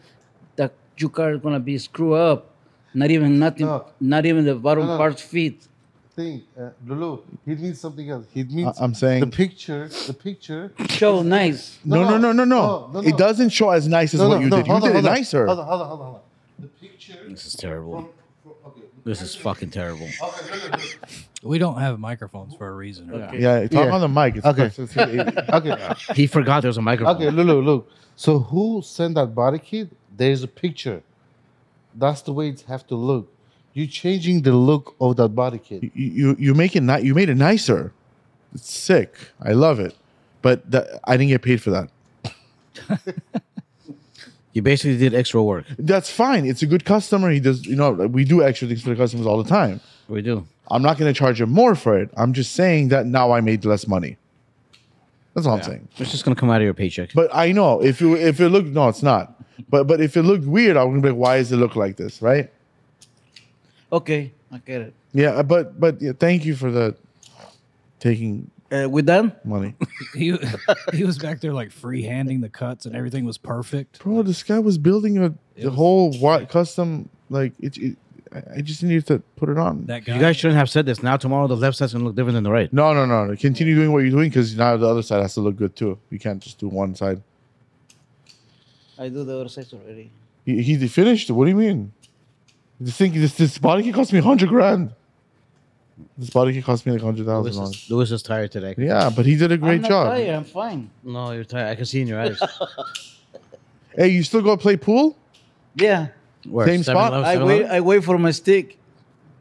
S5: the your car is gonna be screwed up. Not even nothing.
S1: No.
S5: Not even the bottom
S1: No, no.
S5: part fit.
S1: Thing, uh, Lulu, he means something else. He means
S2: I- I'm saying-
S1: the picture. The picture.
S5: Show nice.
S2: No, no, no, no, no.
S1: no, no.
S2: It doesn't show as nice as
S1: No,
S2: what
S1: no,
S2: you
S1: no,
S2: did. You
S1: hold
S2: did
S1: on,
S2: it
S1: hold on.
S2: nicer.
S1: Hold on, hold on, hold on, hold on. The picture.
S3: This is terrible. This is fucking terrible.
S4: we don't have microphones for a reason. right?
S2: Yeah, talk
S1: Yeah.
S2: on the mic. It's
S1: Okay.
S2: it's- it's- <laughs>
S1: Okay,
S3: He forgot there was a microphone.
S1: okay, Lulu, look. So who sent that body kit? There's a picture. That's the way it have to look. You're changing the look of that body kit.
S2: you, you you make it ni- you made it nicer. It's sick. I love it, but that, I didn't get paid for that.
S3: You basically did extra work.
S2: That's fine. It's a good customer. He does, you know, like, we do extra things for the customers all the time.
S3: We do.
S2: I'm not going to charge him more for it. I'm just saying that now I made less money. That's all I'm saying.
S3: It's just gonna come out of your paycheck.
S2: But I know if you if it looked no, it's not. But but if it looked weird, I'm gonna be like, why does it look like this, right?
S5: Okay, I get it.
S2: Yeah, but but yeah, thank you for the taking
S5: Uh, we done?
S2: money,
S4: <laughs> He he was back there like free handing the cuts and everything was perfect.
S2: bro. This guy was building a
S4: It
S2: the
S4: was-
S2: whole what custom like it. it I- I just needed to put it on.
S4: That guy.
S3: You guys shouldn't have said this. Now tomorrow the left side's gonna look different than the right.
S2: no, no, no, no. Continue doing what you're doing because now the other side has to look good too. You can't just do one side.
S5: I do the other side already.
S2: He, he finished. it. What do you mean? This thing, this this body kit cost me hundred grand. This body kit cost me like hundred thousand
S3: Louis
S2: dollars.
S3: is, Louis is tired today.
S2: Yeah, but he did a great
S5: I'm not
S2: job.
S5: Tired, I'm fine.
S3: No, you're tired. I can see in your eyes.
S2: Hey, you still go play pool?
S5: Yeah,
S3: Where,
S2: Same spot?
S3: eleven, Oh,
S5: I
S3: seven
S5: wait.
S3: eleven?
S5: I wait for my stick.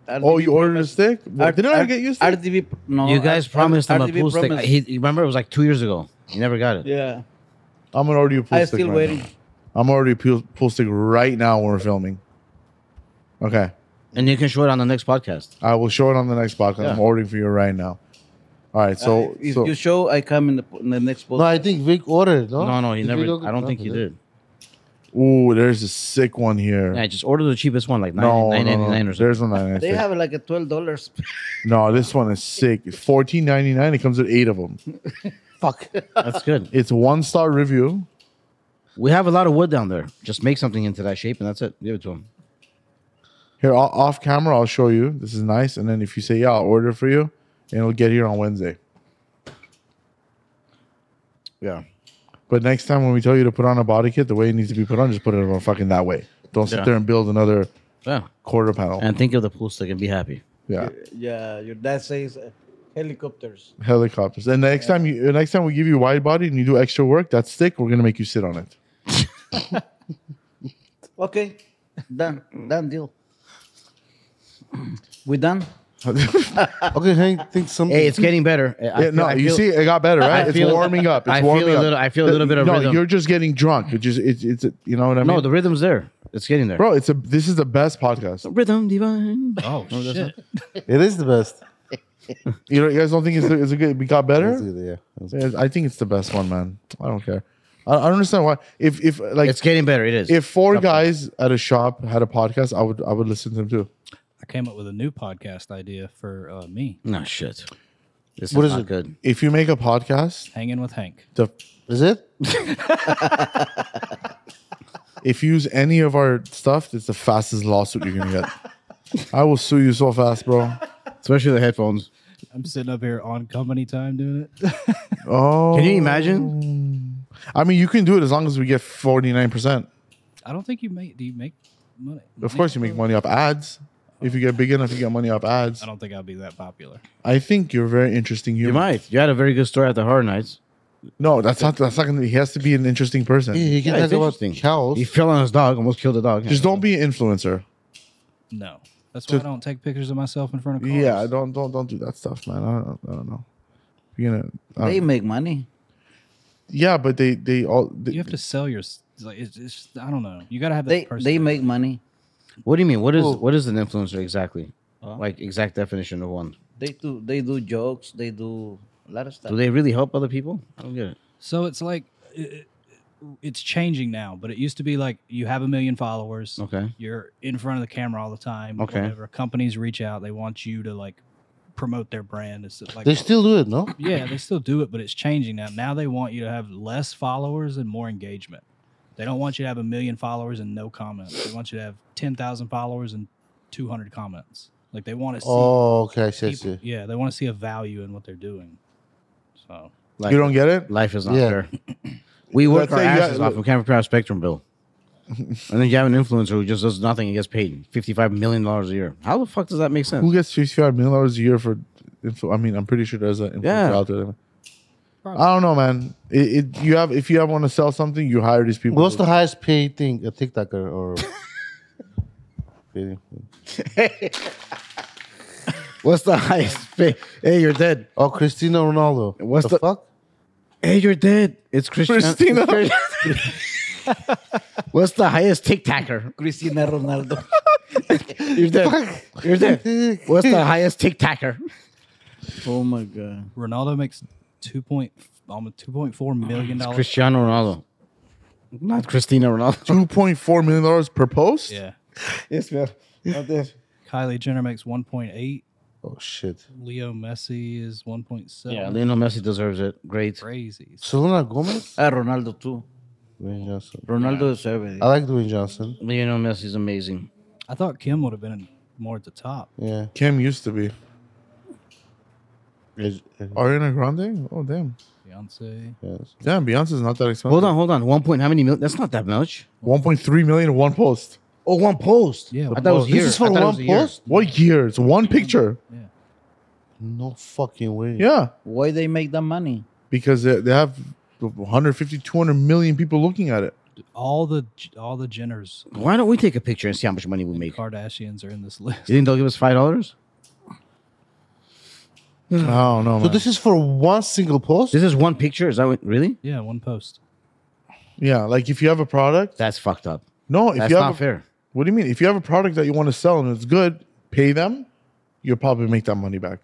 S2: Oh, you ordered a stick?
S5: R-
S2: Didn't I
S5: R-
S2: get used to it?
S5: RDB. No,
S3: you guys
S5: R-
S3: promised him a
S5: RDB
S3: pool stick.
S5: promised-
S3: He, remember, it was like two years ago. You never got it.
S5: Yeah,
S2: I'm gonna order you a pool
S5: I'm
S2: stick.
S5: still
S2: right
S5: waiting.
S2: now. I'm already pool, pool stick right now when we're filming. Okay.
S3: And you can show it on the next podcast.
S2: I will show it on the next podcast. I'm
S3: Yeah.
S2: ordering for you right now. All right. So,
S5: Uh, if
S2: so
S5: you show, I come in the, in the next
S1: No,
S5: post.
S1: I think Vic ordered. No,
S3: No, no, he
S1: Did
S3: never.
S1: we look-
S3: I don't think he
S1: okay.
S3: did.
S2: ooh, there's a sick one here.
S3: Yeah, just order the cheapest one, like
S2: no,
S3: nine
S2: no,
S3: ninety
S2: no,
S3: nine or something.
S2: There's one nine
S5: they
S2: ninety nine.
S5: have like a twelve dollars. <laughs>
S2: No, this one is sick. It's fourteen ninety nine. It comes with eight of them.
S1: Fuck.
S3: That's good.
S2: It's one star review.
S3: We have a lot of wood down there. Just make something into that shape, and that's it. Give it to him.
S2: Here, o- off camera, I'll show you. This is nice. And then if you say, yeah, I'll order for you, and it'll get here on Wednesday.
S3: Yeah.
S2: But next time when we tell you to put on a body kit, the way it needs to be put on, just put it on fucking that way. Don't sit
S3: Yeah.
S2: there and build another
S3: Yeah.
S2: quarter panel.
S3: And think of the pool stick and be happy.
S2: yeah,
S5: yeah, your dad says uh, helicopters.
S2: helicopters. And next time you, the next time we give you wide body and you do extra work, that stick, we're gonna make you sit on
S3: <laughs>
S2: it.
S5: Okay, done, done deal. We done.
S1: <laughs> Okay, Hank, think something.
S3: Hey, it's getting better. I- I
S2: Yeah, no,
S3: feel- I
S2: you
S3: feel-
S2: see, it got better, right?
S3: I
S2: it's
S3: feel-
S2: warming up. It's
S3: I feel a
S2: warming up.
S3: little- I feel a little bit of
S2: no.
S3: rhythm.
S2: You're just getting drunk. It just it's it's you know what I mean.
S3: No, the rhythm's there. It's getting there.
S2: Bro, it's a this is the best podcast.
S3: Rhythm divine.
S4: <laughs> Oh shit!
S1: it is the best.
S2: You know, you guys don't think it's a, it's a good? We got better.
S1: It's good, yeah. It's-
S2: Yeah, I think it's the best one, man. I don't care. I, I don't understand why. If if like
S3: It's getting better. It is.
S2: if four guys at a shop had a podcast, I would I would listen to them too.
S4: I came up with a new podcast idea for uh, me,
S3: no shit. This
S1: What
S3: is
S1: is
S3: not
S1: it?
S3: good.
S2: If you make a podcast,
S4: hanging with Hank.
S2: the
S1: Is it?
S2: if you use any of our stuff, it's the fastest lawsuit you're gonna get. I will sue you so fast, bro.
S3: Especially the headphones.
S4: I'm sitting up here on company time doing it.
S2: Oh,
S3: Can you imagine?
S2: I mean, you can do it as long as we get forty nine percent.
S4: I don't think you make. Do you make money?
S2: Of course, you make money off ads. If you get big enough, you get money off ads.
S4: I don't think I'll be that popular.
S2: I think you're a very interesting
S3: You
S2: human.
S3: might. You had a very good story at the Horror Nights.
S2: No, that's not. That's not gonna. He has to be an interesting person.
S1: He, he can
S3: Yeah, it's
S1: talk about
S3: interesting.
S1: cows.
S3: He fell on his dog, almost killed the dog.
S2: Just don't be an influencer.
S4: No, that's why I don't take pictures of myself in front of cars.
S2: Yeah, don't don't don't do that stuff, man. I don't, I don't know. You know, I
S5: They
S2: don't-
S5: make money.
S2: yeah, but they they all they,
S4: you have to sell your. s- it's Like it's, it's I don't know. You gotta have that
S5: They
S4: person.
S5: they make money.
S3: What do you mean? What is
S1: Well-
S3: what is an influencer exactly? Like exact definition of one.
S5: They do they do jokes. They do a lot of stuff.
S3: Do they really help other people? I don't get it.
S4: So it's like it, it- it's changing now, but it used to be like you have a million followers.
S3: Okay.
S4: You're in front of the camera all the time.
S3: Okay.
S4: Whatever. Companies reach out. They want you to like promote their brand. It's like
S1: they still do it, no?
S4: yeah, they still do it, but it's changing now. Now they want you to have less followers and more engagement. They don't want you to have a million followers and no comments. They want you to have ten thousand followers and two hundred comments. Like they want to see.
S1: Oh, okay. I see. I
S4: people-
S1: see.
S4: yeah, they want to see a value in what they're doing. So
S3: Like,
S2: you don't get it.
S3: life is not
S1: Yeah.
S3: fair. We work
S2: Let's
S3: our
S2: say you got-
S3: asses off. We can't prepare our spectrum
S1: <laughs>
S3: bill. and then you have an influencer who just does nothing and gets paid fifty-five million dollars a year. How the fuck does that make sense?
S2: Who gets fifty five million dollars a year for? Influ- I mean, I'm pretty sure there's an influencer
S3: Yeah.
S2: out there.
S4: Probably.
S2: I don't know, man. It, it you have if you have want to sell something, you hire these people.
S1: What's the highest paid thing? A TikToker <laughs> or.
S3: What's the <laughs> highest pay? Hey, you're dead.
S1: Oh, Cristiano Ronaldo.
S3: What's the-
S1: fuck?
S3: Hey, you're dead. It's Christian.
S2: Christina. <laughs>
S3: What's the highest tic tacker?
S5: Cristina Ronaldo.
S3: You're dead. You're dead. What's the highest tic tacker?
S5: <laughs> oh my God.
S4: Ronaldo makes two point almost two point four million dollars.
S3: Cristiano Ronaldo. Not Christina Ronaldo.
S2: Two point four million dollars per post.
S4: Yeah,
S3: yes,
S5: <laughs>
S3: man.
S4: Kylie Jenner makes one point eight.
S1: Oh shit.
S4: Leo Messi is one point seven.
S3: <laughs> Yeah, Lionel Messi deserves it. Great.
S4: crazy.
S1: Selena Gomez?
S5: Ah, Ronaldo too.
S1: Dwayne Johnson.
S5: Ronaldo is everything.
S1: I like Dwayne Johnson.
S3: Lionel Messi's amazing.
S4: I thought Kim would have been more at the top.
S1: Yeah.
S2: Kim used to be
S1: Is- is-
S2: Ariana Grande. Oh damn,
S4: Beyonce.
S1: yes.
S2: damn. Beyonce's not that expensive.
S3: Hold on, hold on. One point. How many million? That's not that much.
S2: One point three million in one post.
S3: Oh, one post.
S4: Yeah,
S3: I
S4: one
S3: thought it was
S4: post.
S3: a year.
S1: This is for
S3: I thought it
S1: one
S3: was a year.
S1: post?
S2: What year? It's one picture.
S1: No fucking way.
S2: Yeah,
S5: Why they make that money?
S2: because they, they have 150, 200 million people looking at it.
S4: All the all the Jenners,
S3: Why don't we take a picture and see how much money we make? You
S4: Kardashians are in this <laughs> list.
S3: think they'll give us five dollars?
S2: I don't know.
S1: So
S2: man.
S1: this is for one single post?
S3: This is one picture. Is that what, really?
S4: Yeah, one post.
S2: yeah, like if you have a product,
S3: That's fucked up.
S2: no, if
S3: That's
S2: you
S3: not
S2: have, a,
S3: fair.
S2: what do you mean? If you have a product that you want to sell and it's good, pay them. You'll probably make that money back.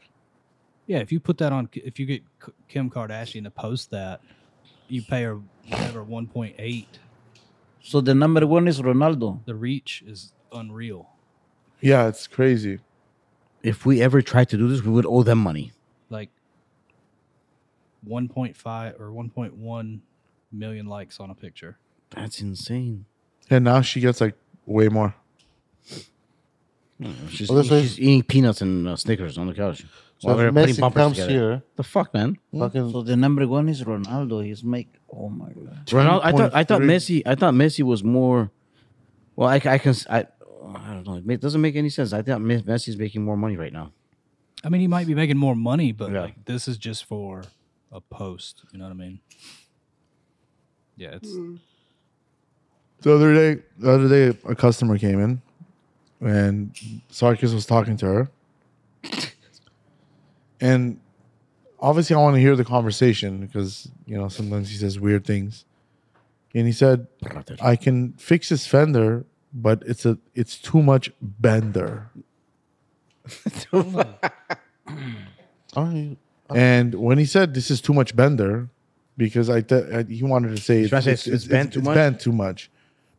S4: Yeah, if you put that on, if you get K- Kim Kardashian to post that, you pay her whatever one point eight.
S5: So the number one is Ronaldo.
S4: The reach is unreal.
S2: Yeah, it's crazy.
S3: If we ever tried to do this, we would owe them money.
S4: Like one point five or one point one million likes on a picture.
S3: That's insane.
S2: And now she gets like way more.
S3: She's,
S1: Well, this
S3: she's
S1: is-
S3: eating peanuts and uh, Snickers on the couch.
S1: so if Messi comes here,
S3: The fuck, man!
S1: fucking
S5: So the number one is Ronaldo. He's make. Oh my God.
S3: Ronaldo, I thought I thought
S2: 2.3.
S3: Messi. I thought Messi was more. Well, I, I can. I, I don't know. It ma- doesn't make any sense. I thought Me- Messi's making more money right now.
S4: I mean, he might be making more money, but
S3: Yeah.
S4: like this is just for a post. You know what I mean? Yeah, it's
S2: The other day, the other day, a customer came in, and Sarkis was talking to her, and obviously I want to hear the conversation because you know sometimes he says weird things, and he said I can fix his fender, but it's a it's too much
S3: <laughs>
S2: bender. <clears throat>
S1: are you
S2: And when he said this is too much bender, because I, th- I he wanted to say
S3: trying to say it's- it's bent too much?
S2: bent too much,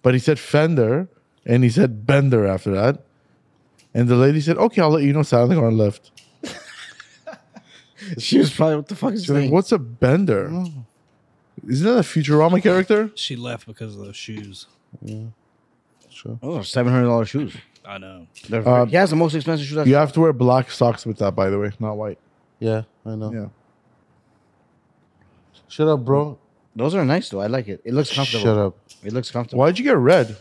S2: but he said fender and he said bender after that, and the lady said, "Okay, I'll let you know." Silently on left.
S3: she was probably what the fuck is
S2: She's like, "What's a bender? Isn't that a Futurama character?"
S4: she left because of those shoes.
S1: sure?
S3: Oh, seven hundred dollars shoes.
S4: I know.
S3: They're-
S2: Uh,
S3: he has the most expensive shoes.
S2: You have to wear black socks with that, by the way, not white.
S1: Yeah, I know.
S2: Yeah.
S1: Shut up, bro.
S3: Those are nice though. I like it. It looks comfortable.
S1: Shut up.
S3: It looks comfortable.
S2: Why'd you get red?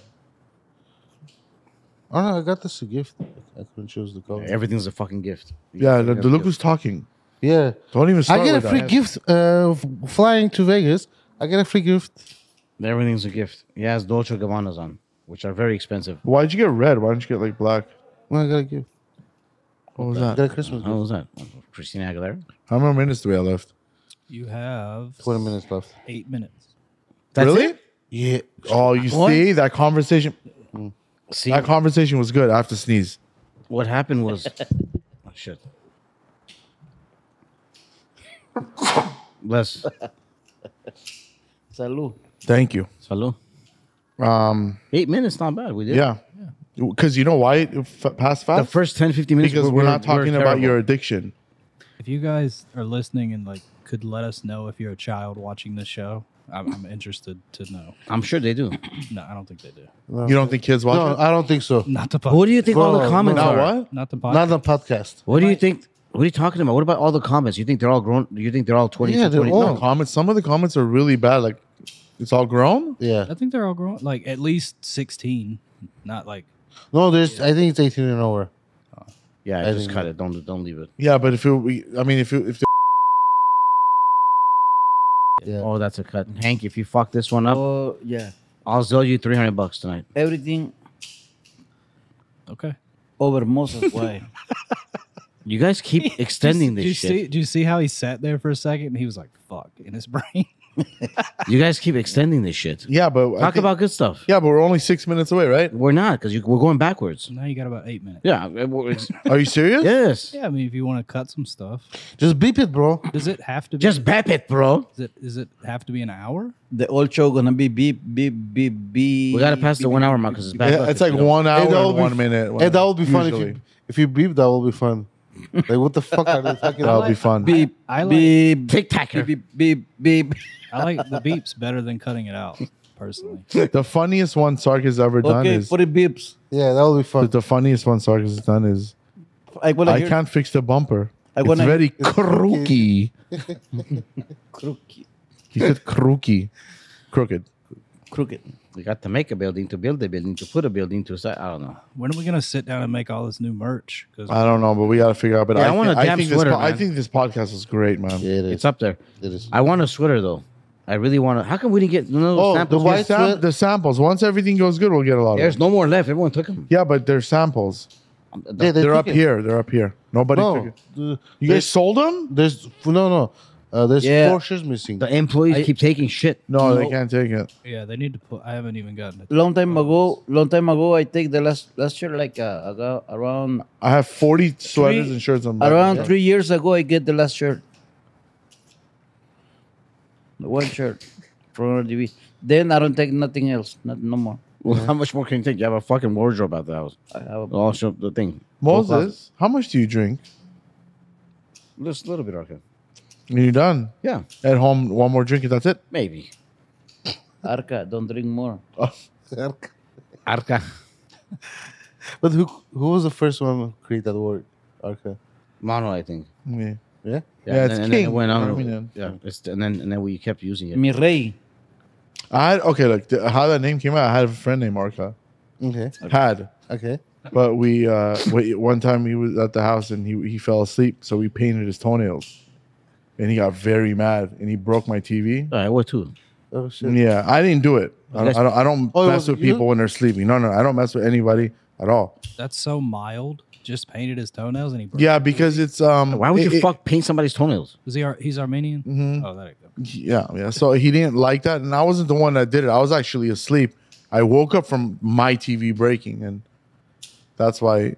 S1: Oh no, I got this a gift. I couldn't choose the color.
S3: Everything's a fucking gift.
S2: Yeah, the, the look who's talking.
S1: Yeah.
S2: Don't even. Start
S1: I get a
S2: with
S1: free
S2: that.
S1: gift uh, f- flying to Vegas. I get a free gift.
S3: Everything's a gift. He has Dolce Gabbana's on, which are very expensive.
S2: Why'd you get red? Why don't you get like black?
S1: What I got a gift?
S2: What was
S1: I got
S2: that?
S1: a Christmas
S3: How
S1: gift.
S3: was that? Christina Aguilera.
S2: How many minutes do we have left?
S4: You have
S1: Twenty minutes left.
S4: eight minutes.
S3: That's
S2: really?
S3: it?
S1: Yeah.
S2: Oh, you
S3: What?
S2: see that conversation?
S3: See,
S2: That conversation was good. I have to sneeze.
S3: what happened
S4: <laughs>
S3: was, oh, shit. Bless.
S5: Salud.
S2: Thank you.
S3: Salud.
S2: Um,
S3: Eight minutes, not bad. We did.
S2: yeah, because you know why it f- passed
S3: The
S2: fast?
S3: first 10, 15 minutes
S2: because we're
S3: were- were-
S2: not
S3: were
S2: talking about
S3: terrible.
S2: your addiction.
S4: If you guys are listening and like could let us know if you're a child watching this show, I'm, I'm interested to know.
S3: I'm sure they do.
S4: No, I don't think they do.
S2: You don't think kids watch
S1: No,
S2: it?
S1: I don't think so.
S4: Not the
S3: What
S4: podcast.
S3: do you think all
S1: Bro,
S3: the comments
S1: no,
S2: Now
S3: are?
S2: what?
S4: Not the podcast.
S1: Not on podcast.
S3: What do you think? What are you talking about? What about all the comments? You think they're all grown? You think they're all 20?
S1: Yeah, they're
S2: No,
S1: Oh.
S2: comments. Some of the comments are really bad. Like it's all grown.
S1: Yeah.
S4: I think they're all grown, like at least 16. Not like
S1: No, there's. I think it's eighteen and over.
S3: Yeah,
S1: I
S3: just
S1: think-
S3: cut it. Don't don't leave it.
S2: Yeah, but if it, we, I mean, if it, if
S1: Yeah.
S3: Oh, that's a cut. Hank, if you fuck this one up,
S5: Oh yeah.
S3: I'll sell you 300 bucks tonight.
S5: Everything
S4: okay.
S5: <laughs> over Moses. Why?
S3: You guys keep extending
S4: do
S3: this
S4: <laughs> you
S3: shit.
S4: See, do you see how he sat there for a second and he was like, fuck, in his <laughs> brain?
S3: You guys keep extending this shit.
S2: Yeah, but I
S3: Talk
S2: think-
S3: about good stuff.
S2: Yeah, but we're only six minutes away, right?
S3: We're not because we're going backwards.
S4: now you got about eight minutes.
S5: uh,
S3: Yeah. it- well, it's-
S2: Are you serious?
S3: <laughs> yes.
S4: Yeah, I mean, if you want to cut some stuff,
S1: Just beep it, bro.
S4: does it have to be?
S3: Just bap it, bro.
S4: is it, is it have to be an hour?
S5: The old show gonna be beep beep beep beep.
S3: We gotta pass the one hour mark because it's back.
S2: Yeah,
S3: up,
S2: it's like
S3: you know?
S2: one hour
S1: that
S2: and
S1: would be
S2: one
S1: f-
S2: minute.
S1: Hey, that would be fun if
S2: usually.
S1: you if you beep. That would be fun. <laughs> Like what the fuck are they talking
S2: That
S1: about?
S2: would be fun.
S5: beep
S4: I like-
S5: beep,
S3: tic tacker.
S5: beep beep beep beep.
S4: I like the beeps better than cutting it out, personally.
S2: the funniest one Sark has ever done
S5: Okay,
S2: is
S5: forty beeps.
S1: Yeah, that would be fun.
S2: the funniest one Sark has done is
S5: I wanna
S2: I
S5: hear
S2: can't fix the bumper.
S5: I
S2: it's
S3: <laughs>
S5: wanna-
S2: very crooky.
S5: crooked
S2: He said crooky, crooked.
S5: crooked.
S3: We got to make a building, to build a building, to put a building, to start. I don't know.
S4: When are we gonna sit down and make all this new merch? 'Cause
S2: I don't know, but we gotta figure out. But
S3: Yeah, I
S2: I,
S3: want
S2: want
S3: a damn
S2: I think
S3: sweater,
S2: this. po- I
S3: man.
S2: think this podcast is great, man.
S1: Yeah, it is.
S3: It's up there.
S1: It is.
S3: I want a sweater though. I really want to. How come we didn't get no
S1: Oh,
S3: samples?
S1: the
S2: The,
S1: White
S2: sam-
S1: sweat-
S2: the samples. Once everything goes good, we'll get a lot
S3: There's
S2: of. Them.
S3: no more left. Everyone took them.
S2: Yeah, but they're samples.
S1: Yeah, they
S2: They're
S1: took
S2: up
S1: it.
S2: here. They're up here. Nobody.
S1: No,
S2: took it.
S1: the-
S2: You guys
S1: there's,
S2: sold them?
S1: there's no no. Uh, there's
S5: Yeah.
S1: four shirts missing.
S3: The employees keep taking shit.
S2: No,
S5: No. uh,
S2: they can't take it.
S4: yeah, they need to put. I haven't even gotten it.
S5: Long time ago, long time ago, I take the last last year like uh, ago- around
S2: I have 40 sweaters
S5: Three-
S2: and shirts on. my
S5: around
S2: back.
S5: three years ago. I get the last shirt, the <laughs> one shirt from RDB. Then I don't take nothing else, not no more.
S3: Well,
S5: <laughs>
S3: how much more can you take? You have a fucking wardrobe at the house.
S5: I have a,
S3: Also, the thing.
S2: Moses, how much do you drink?
S3: Just a little bit, okay.
S2: When you're done
S3: Yeah,
S2: at home, one more drink and that's it.
S3: maybe.
S5: Arca, don't drink more.
S3: Arca.
S1: But who who was the first one to create that word? Arca.
S3: Mono, I think.
S2: Yeah.
S1: Yeah.
S2: Yeah,
S3: and
S2: it's
S3: then, and then
S2: king.
S3: it went
S2: I
S3: on.
S2: mean,
S3: yeah, it's, and then and then we kept using it.
S5: Mi rey.
S2: I had okay. Look, th- how that name came out. I had a friend named Arca.
S1: Okay.
S2: Had,
S1: Okay.
S2: but we uh, we one time he was at the house and he he fell asleep, so we painted his toenails, and he got very mad and he broke my TV.
S3: All right, what two?
S1: Oh shit.
S2: Yeah, I didn't do it. I don't I don't, I don't
S1: Oh, it
S2: mess
S1: was
S2: with
S1: you?
S2: people when they're sleeping. No, no, I don't mess with anybody at all.
S4: That's so mild. Just painted his toenails and he. Broke.
S2: Yeah, because it's um.
S3: Why would
S2: it-
S3: you
S2: it-
S3: fuck paint somebody's toenails?
S4: Is he? Ar- he's Armenian.
S2: Mhm.
S4: Oh, there you go.
S2: Yeah, yeah. So he didn't like that, and I wasn't the one that did it. I was actually asleep. I woke up from my TV breaking, and that's why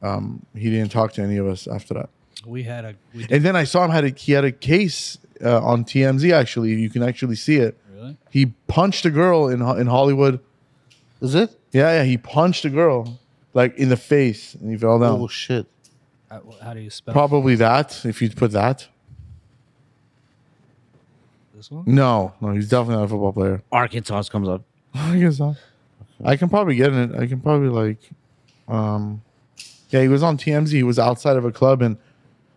S2: um, he didn't talk to any of us after that.
S4: We had a. We did,
S2: And then I saw him had a he had a case uh, on TMZ. Actually, you can actually see it.
S4: really?
S2: He punched a girl in Ho- in Hollywood.
S1: Is it?
S2: Yeah, yeah. He punched a girl like in the face, and he fell down.
S1: Oh shit.
S4: How, wh- how do you spell
S2: Probably that if you'd put that.
S4: this one?
S2: No, no, he's definitely not a football player.
S3: Arkansas comes up.
S2: I guess not. I can probably get it. I can probably like, um, yeah. He was on TMZ. He was outside of a club, and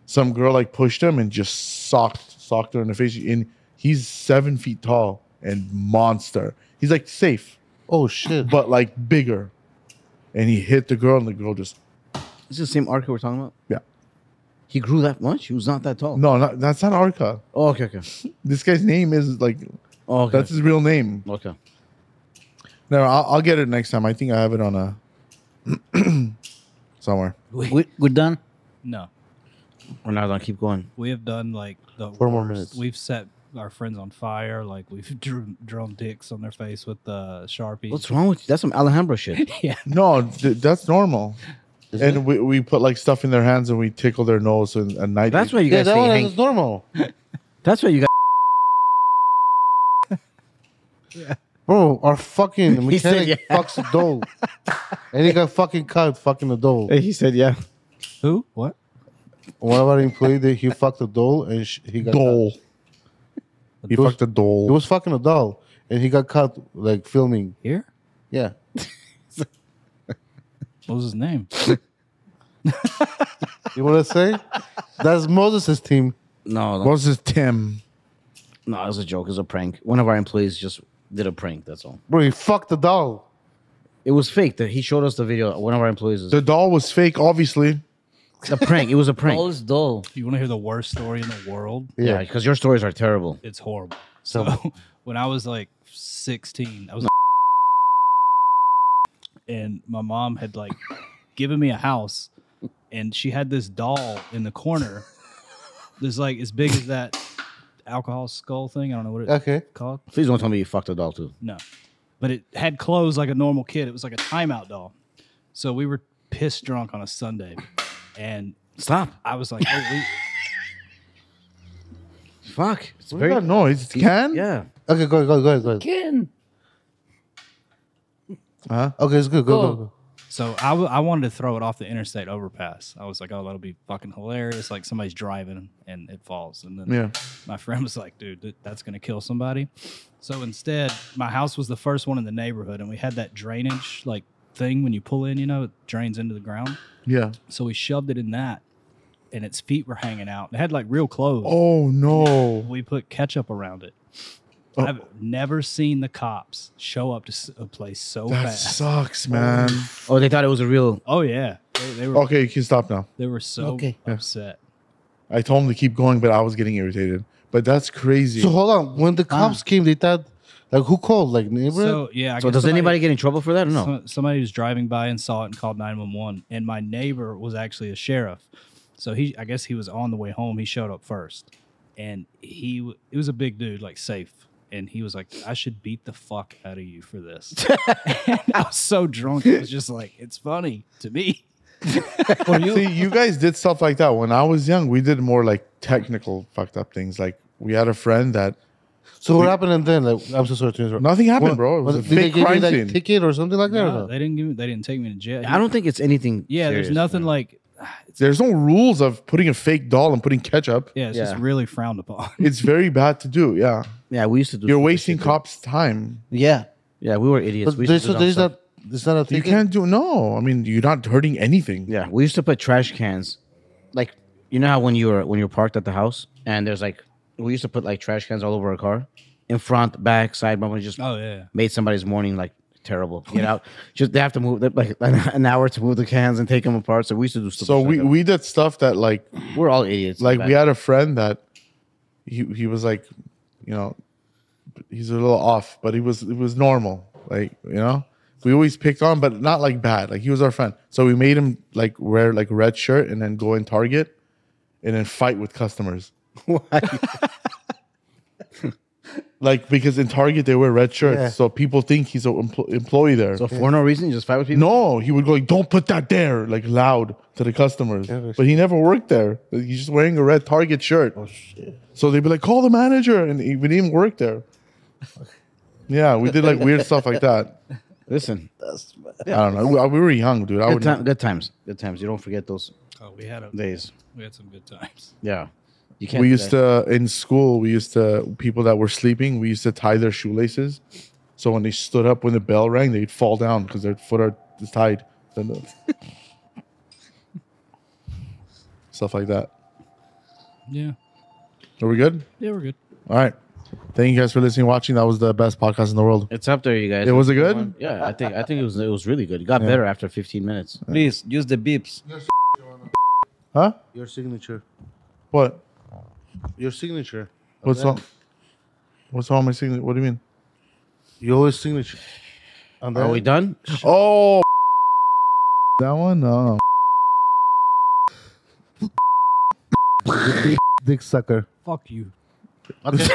S2: some girl like pushed him and just socked socked her in the face. And he's seven feet tall and monster. He's like safe,
S1: Oh shit.
S2: but like bigger. And he hit the girl, and the girl just
S3: Is this the same Arca we're talking about?
S2: Yeah.
S3: He grew that much? He was not that tall.
S2: no, not, that's not Arca.
S3: Oh, okay, okay.
S2: This guy's name is like
S3: Oh, okay.
S2: that's his real name.
S3: okay.
S2: No, I'll, I'll get it next time. I think I have it on a <clears throat> somewhere.
S5: We, we're done.
S4: No,
S3: We're not gonna keep going.
S4: we have done like the.
S1: Four more
S4: worst.
S1: minutes.
S4: We've set our friends on fire. Like we've <laughs> drew, drawn dicks on their face with the uh, sharpie.
S3: What's wrong with you? That's some Alhambra shit.
S4: yeah.
S2: No, th- that's normal.
S1: Is
S2: and we, we put like stuff in their hands and we tickle their nose and at night.
S3: That's why you
S1: yeah,
S3: guys
S1: that
S3: stay
S1: one
S3: hang-
S1: is normal.
S3: That's why you guys.
S1: Bro, our fucking <laughs>
S3: He
S1: mechanic
S3: said yeah.
S1: fucks a <laughs> doll. and he got fucking caught fucking a doll.
S3: He said, "Yeah."
S4: Who? What?
S1: One of our employees, they- he fucked a doll and sh- he got caught.
S2: doll. He fucked a
S1: He
S2: doll.
S1: was fucking a doll and he got caught like filming.
S4: Here?
S1: Yeah.
S4: What was his name?
S1: You want to
S2: <laughs>
S1: say? That's Moses' team.
S3: No, no,
S2: What's this Tim?
S3: no. It was a joke. It was a prank. One of our employees just did a prank. That's all.
S1: Bro, he fucked a doll.
S3: It was fake. That he showed us the video. One of our employees.
S2: The doll was fake, obviously.
S3: The prank. It was a
S4: <laughs>
S3: prank.
S5: All is dull.
S4: You want to hear the worst story in the world?
S3: Yeah, because your stories are terrible.
S4: It's horrible. So <laughs> when I was like 16, I was <laughs> and my mom had like given me a house and she had this doll in the
S1: <laughs>
S4: corner, that's like as big as that alcohol skull thing. I don't know what it's
S1: Okay.
S4: called.
S3: Please don't tell me you fucked a doll too.
S4: No. But it had clothes like a normal kid. It was like a timeout doll. So we were pissed drunk on a Sunday. And
S3: Stop.
S4: I was like, oh, we, <laughs>
S3: Fuck. It's
S2: What's that noise? It's can?
S3: Yeah.
S1: Okay, go, go, go, go.
S5: Ken.
S2: Huh? Oh.
S1: Okay, it's good. Go, go, go.
S4: so I, w- I wanted to throw it off the interstate overpass. I was like, oh, that'll be fucking hilarious. Like somebody's driving and it falls. And then
S2: Yeah.
S4: my friend was like, dude, th- that's going to kill somebody. So instead, my house was the first one in the neighborhood. And we had that drainage like thing when you pull in, you know, it drains into the ground.
S2: Yeah.
S4: So we shoved it in that. And its feet were hanging out. It had like real clothes.
S2: Oh no.
S4: we put ketchup around it. I've never seen the cops show up to s- a place so
S2: That
S4: fast.
S2: sucks, man.
S3: Oh, they thought it was a real.
S4: oh yeah, they, they were
S2: Okay, you can stop now.
S4: they were so
S5: Okay.
S4: upset.
S2: I told him to keep going, but I was getting irritated. But that's crazy.
S1: So hold on. When the cops came, they thought, like, who called? Like, neighbor?
S4: So yeah, I
S3: So
S4: guess
S3: does
S4: somebody-
S3: anybody get in trouble for that or no?
S4: so- somebody was driving by and saw it and called nine one one. And my neighbor was actually a sheriff, so he I guess he was on the way home. He showed up first, and he w- it was a big dude, like safe. And he was like, "I should beat the fuck out of you for this." <laughs> and I was so drunk, it was just like, "It's funny to me."
S2: See, you guys did stuff like that. When I was young, we did more like technical fucked up things. Like we had a friend that
S1: So what happened and then? Like, I'm so sorry to interrupt.
S2: nothing happened,
S1: What-
S2: bro. It was
S1: what-
S2: a
S1: did they
S2: fake
S1: give
S2: crime
S1: you like
S2: scene.
S1: ticket or something like that?
S4: No,
S1: or no?
S4: they didn't give. me- They didn't take me to jail.
S3: I don't think it's anything.
S4: Yeah,
S3: serious,
S4: there's nothing
S3: man.
S4: like.
S2: There's no rules of putting a fake doll and putting ketchup.
S4: Yeah, it's just
S3: Yeah.
S4: really frowned upon. <laughs>
S2: It's very bad to do. Yeah,
S3: Yeah, we used to do.
S2: you're
S3: stupid
S2: wasting
S3: shit, too.
S2: cops' time.
S5: Yeah.
S3: Yeah, we were idiots.
S1: But
S3: We used
S1: there's,
S3: to
S1: so
S3: do dumb
S1: there's
S3: stuff.
S1: not. It's not a
S2: You
S1: ticket.
S2: can't do. No, I mean you're not hurting anything.
S3: Yeah, we used to put trash cans, like you know how when you were when you're parked at the house and there's like we used to put like trash cans all over our car, in front, back, side, but we just
S4: Oh yeah.
S3: made somebody's morning like terrible.
S2: <laughs>
S3: Get out, just they have to move like an, an hour to move the cans and take them apart. So we used to do. Stupid
S2: So
S3: shit
S2: we
S3: like
S2: we did stuff that like
S3: that. we're all idiots.
S2: like we
S3: back-
S2: had a friend that he he was like, you know, he's a little off, but he was it was normal. Like you know, we always picked on, but not like bad. Like he was our friend, so we made him like wear like red shirt and then go in Target, and then fight with customers. Like because in Target they wear red shirts,
S1: Yeah.
S2: so people think he's an empl- employee there.
S3: so for no reason, you just fight with people.
S2: no, he would go like, "Don't put that there!" like loud to the customers. But he never worked there. Like, He's just wearing a red Target shirt.
S3: Oh,
S2: So they'd be like, "Call the manager," and he we didn't even work there. Yeah, we did like weird stuff like that.
S3: Listen,
S2: I don't know. We, we were young, dude. I
S3: good,
S2: would.
S3: time, good times, good times. You don't forget those
S4: Oh, we had a
S3: days.
S4: we had some good times.
S3: Yeah, you can't.
S2: We
S3: do
S2: used
S3: that.
S2: to in school. We used to people that were sleeping. We used to tie their shoelaces, so when they stood up when the bell rang, they'd fall down because their foot are is tied. Then
S3: <laughs>
S2: the- stuff like that.
S4: Yeah.
S2: Are we good?
S4: Yeah, we're good.
S2: All right. Thank you guys for listening, watching. That was the best podcast in the world.
S3: It's up there, you guys.
S2: It was a good.
S3: Yeah, I think I think it was it was really good. It got better after 15 minutes.
S5: Please use the beeps.
S2: Huh?
S1: Your signature.
S2: What?
S1: Your signature.
S2: What's wrong? What's wrong with my signature? What do you mean?
S1: Your signature. And
S3: Are we done?
S2: Oh, that one? uh, <laughs> No.
S1: dick sucker.
S4: Fuck you.
S1: Okay.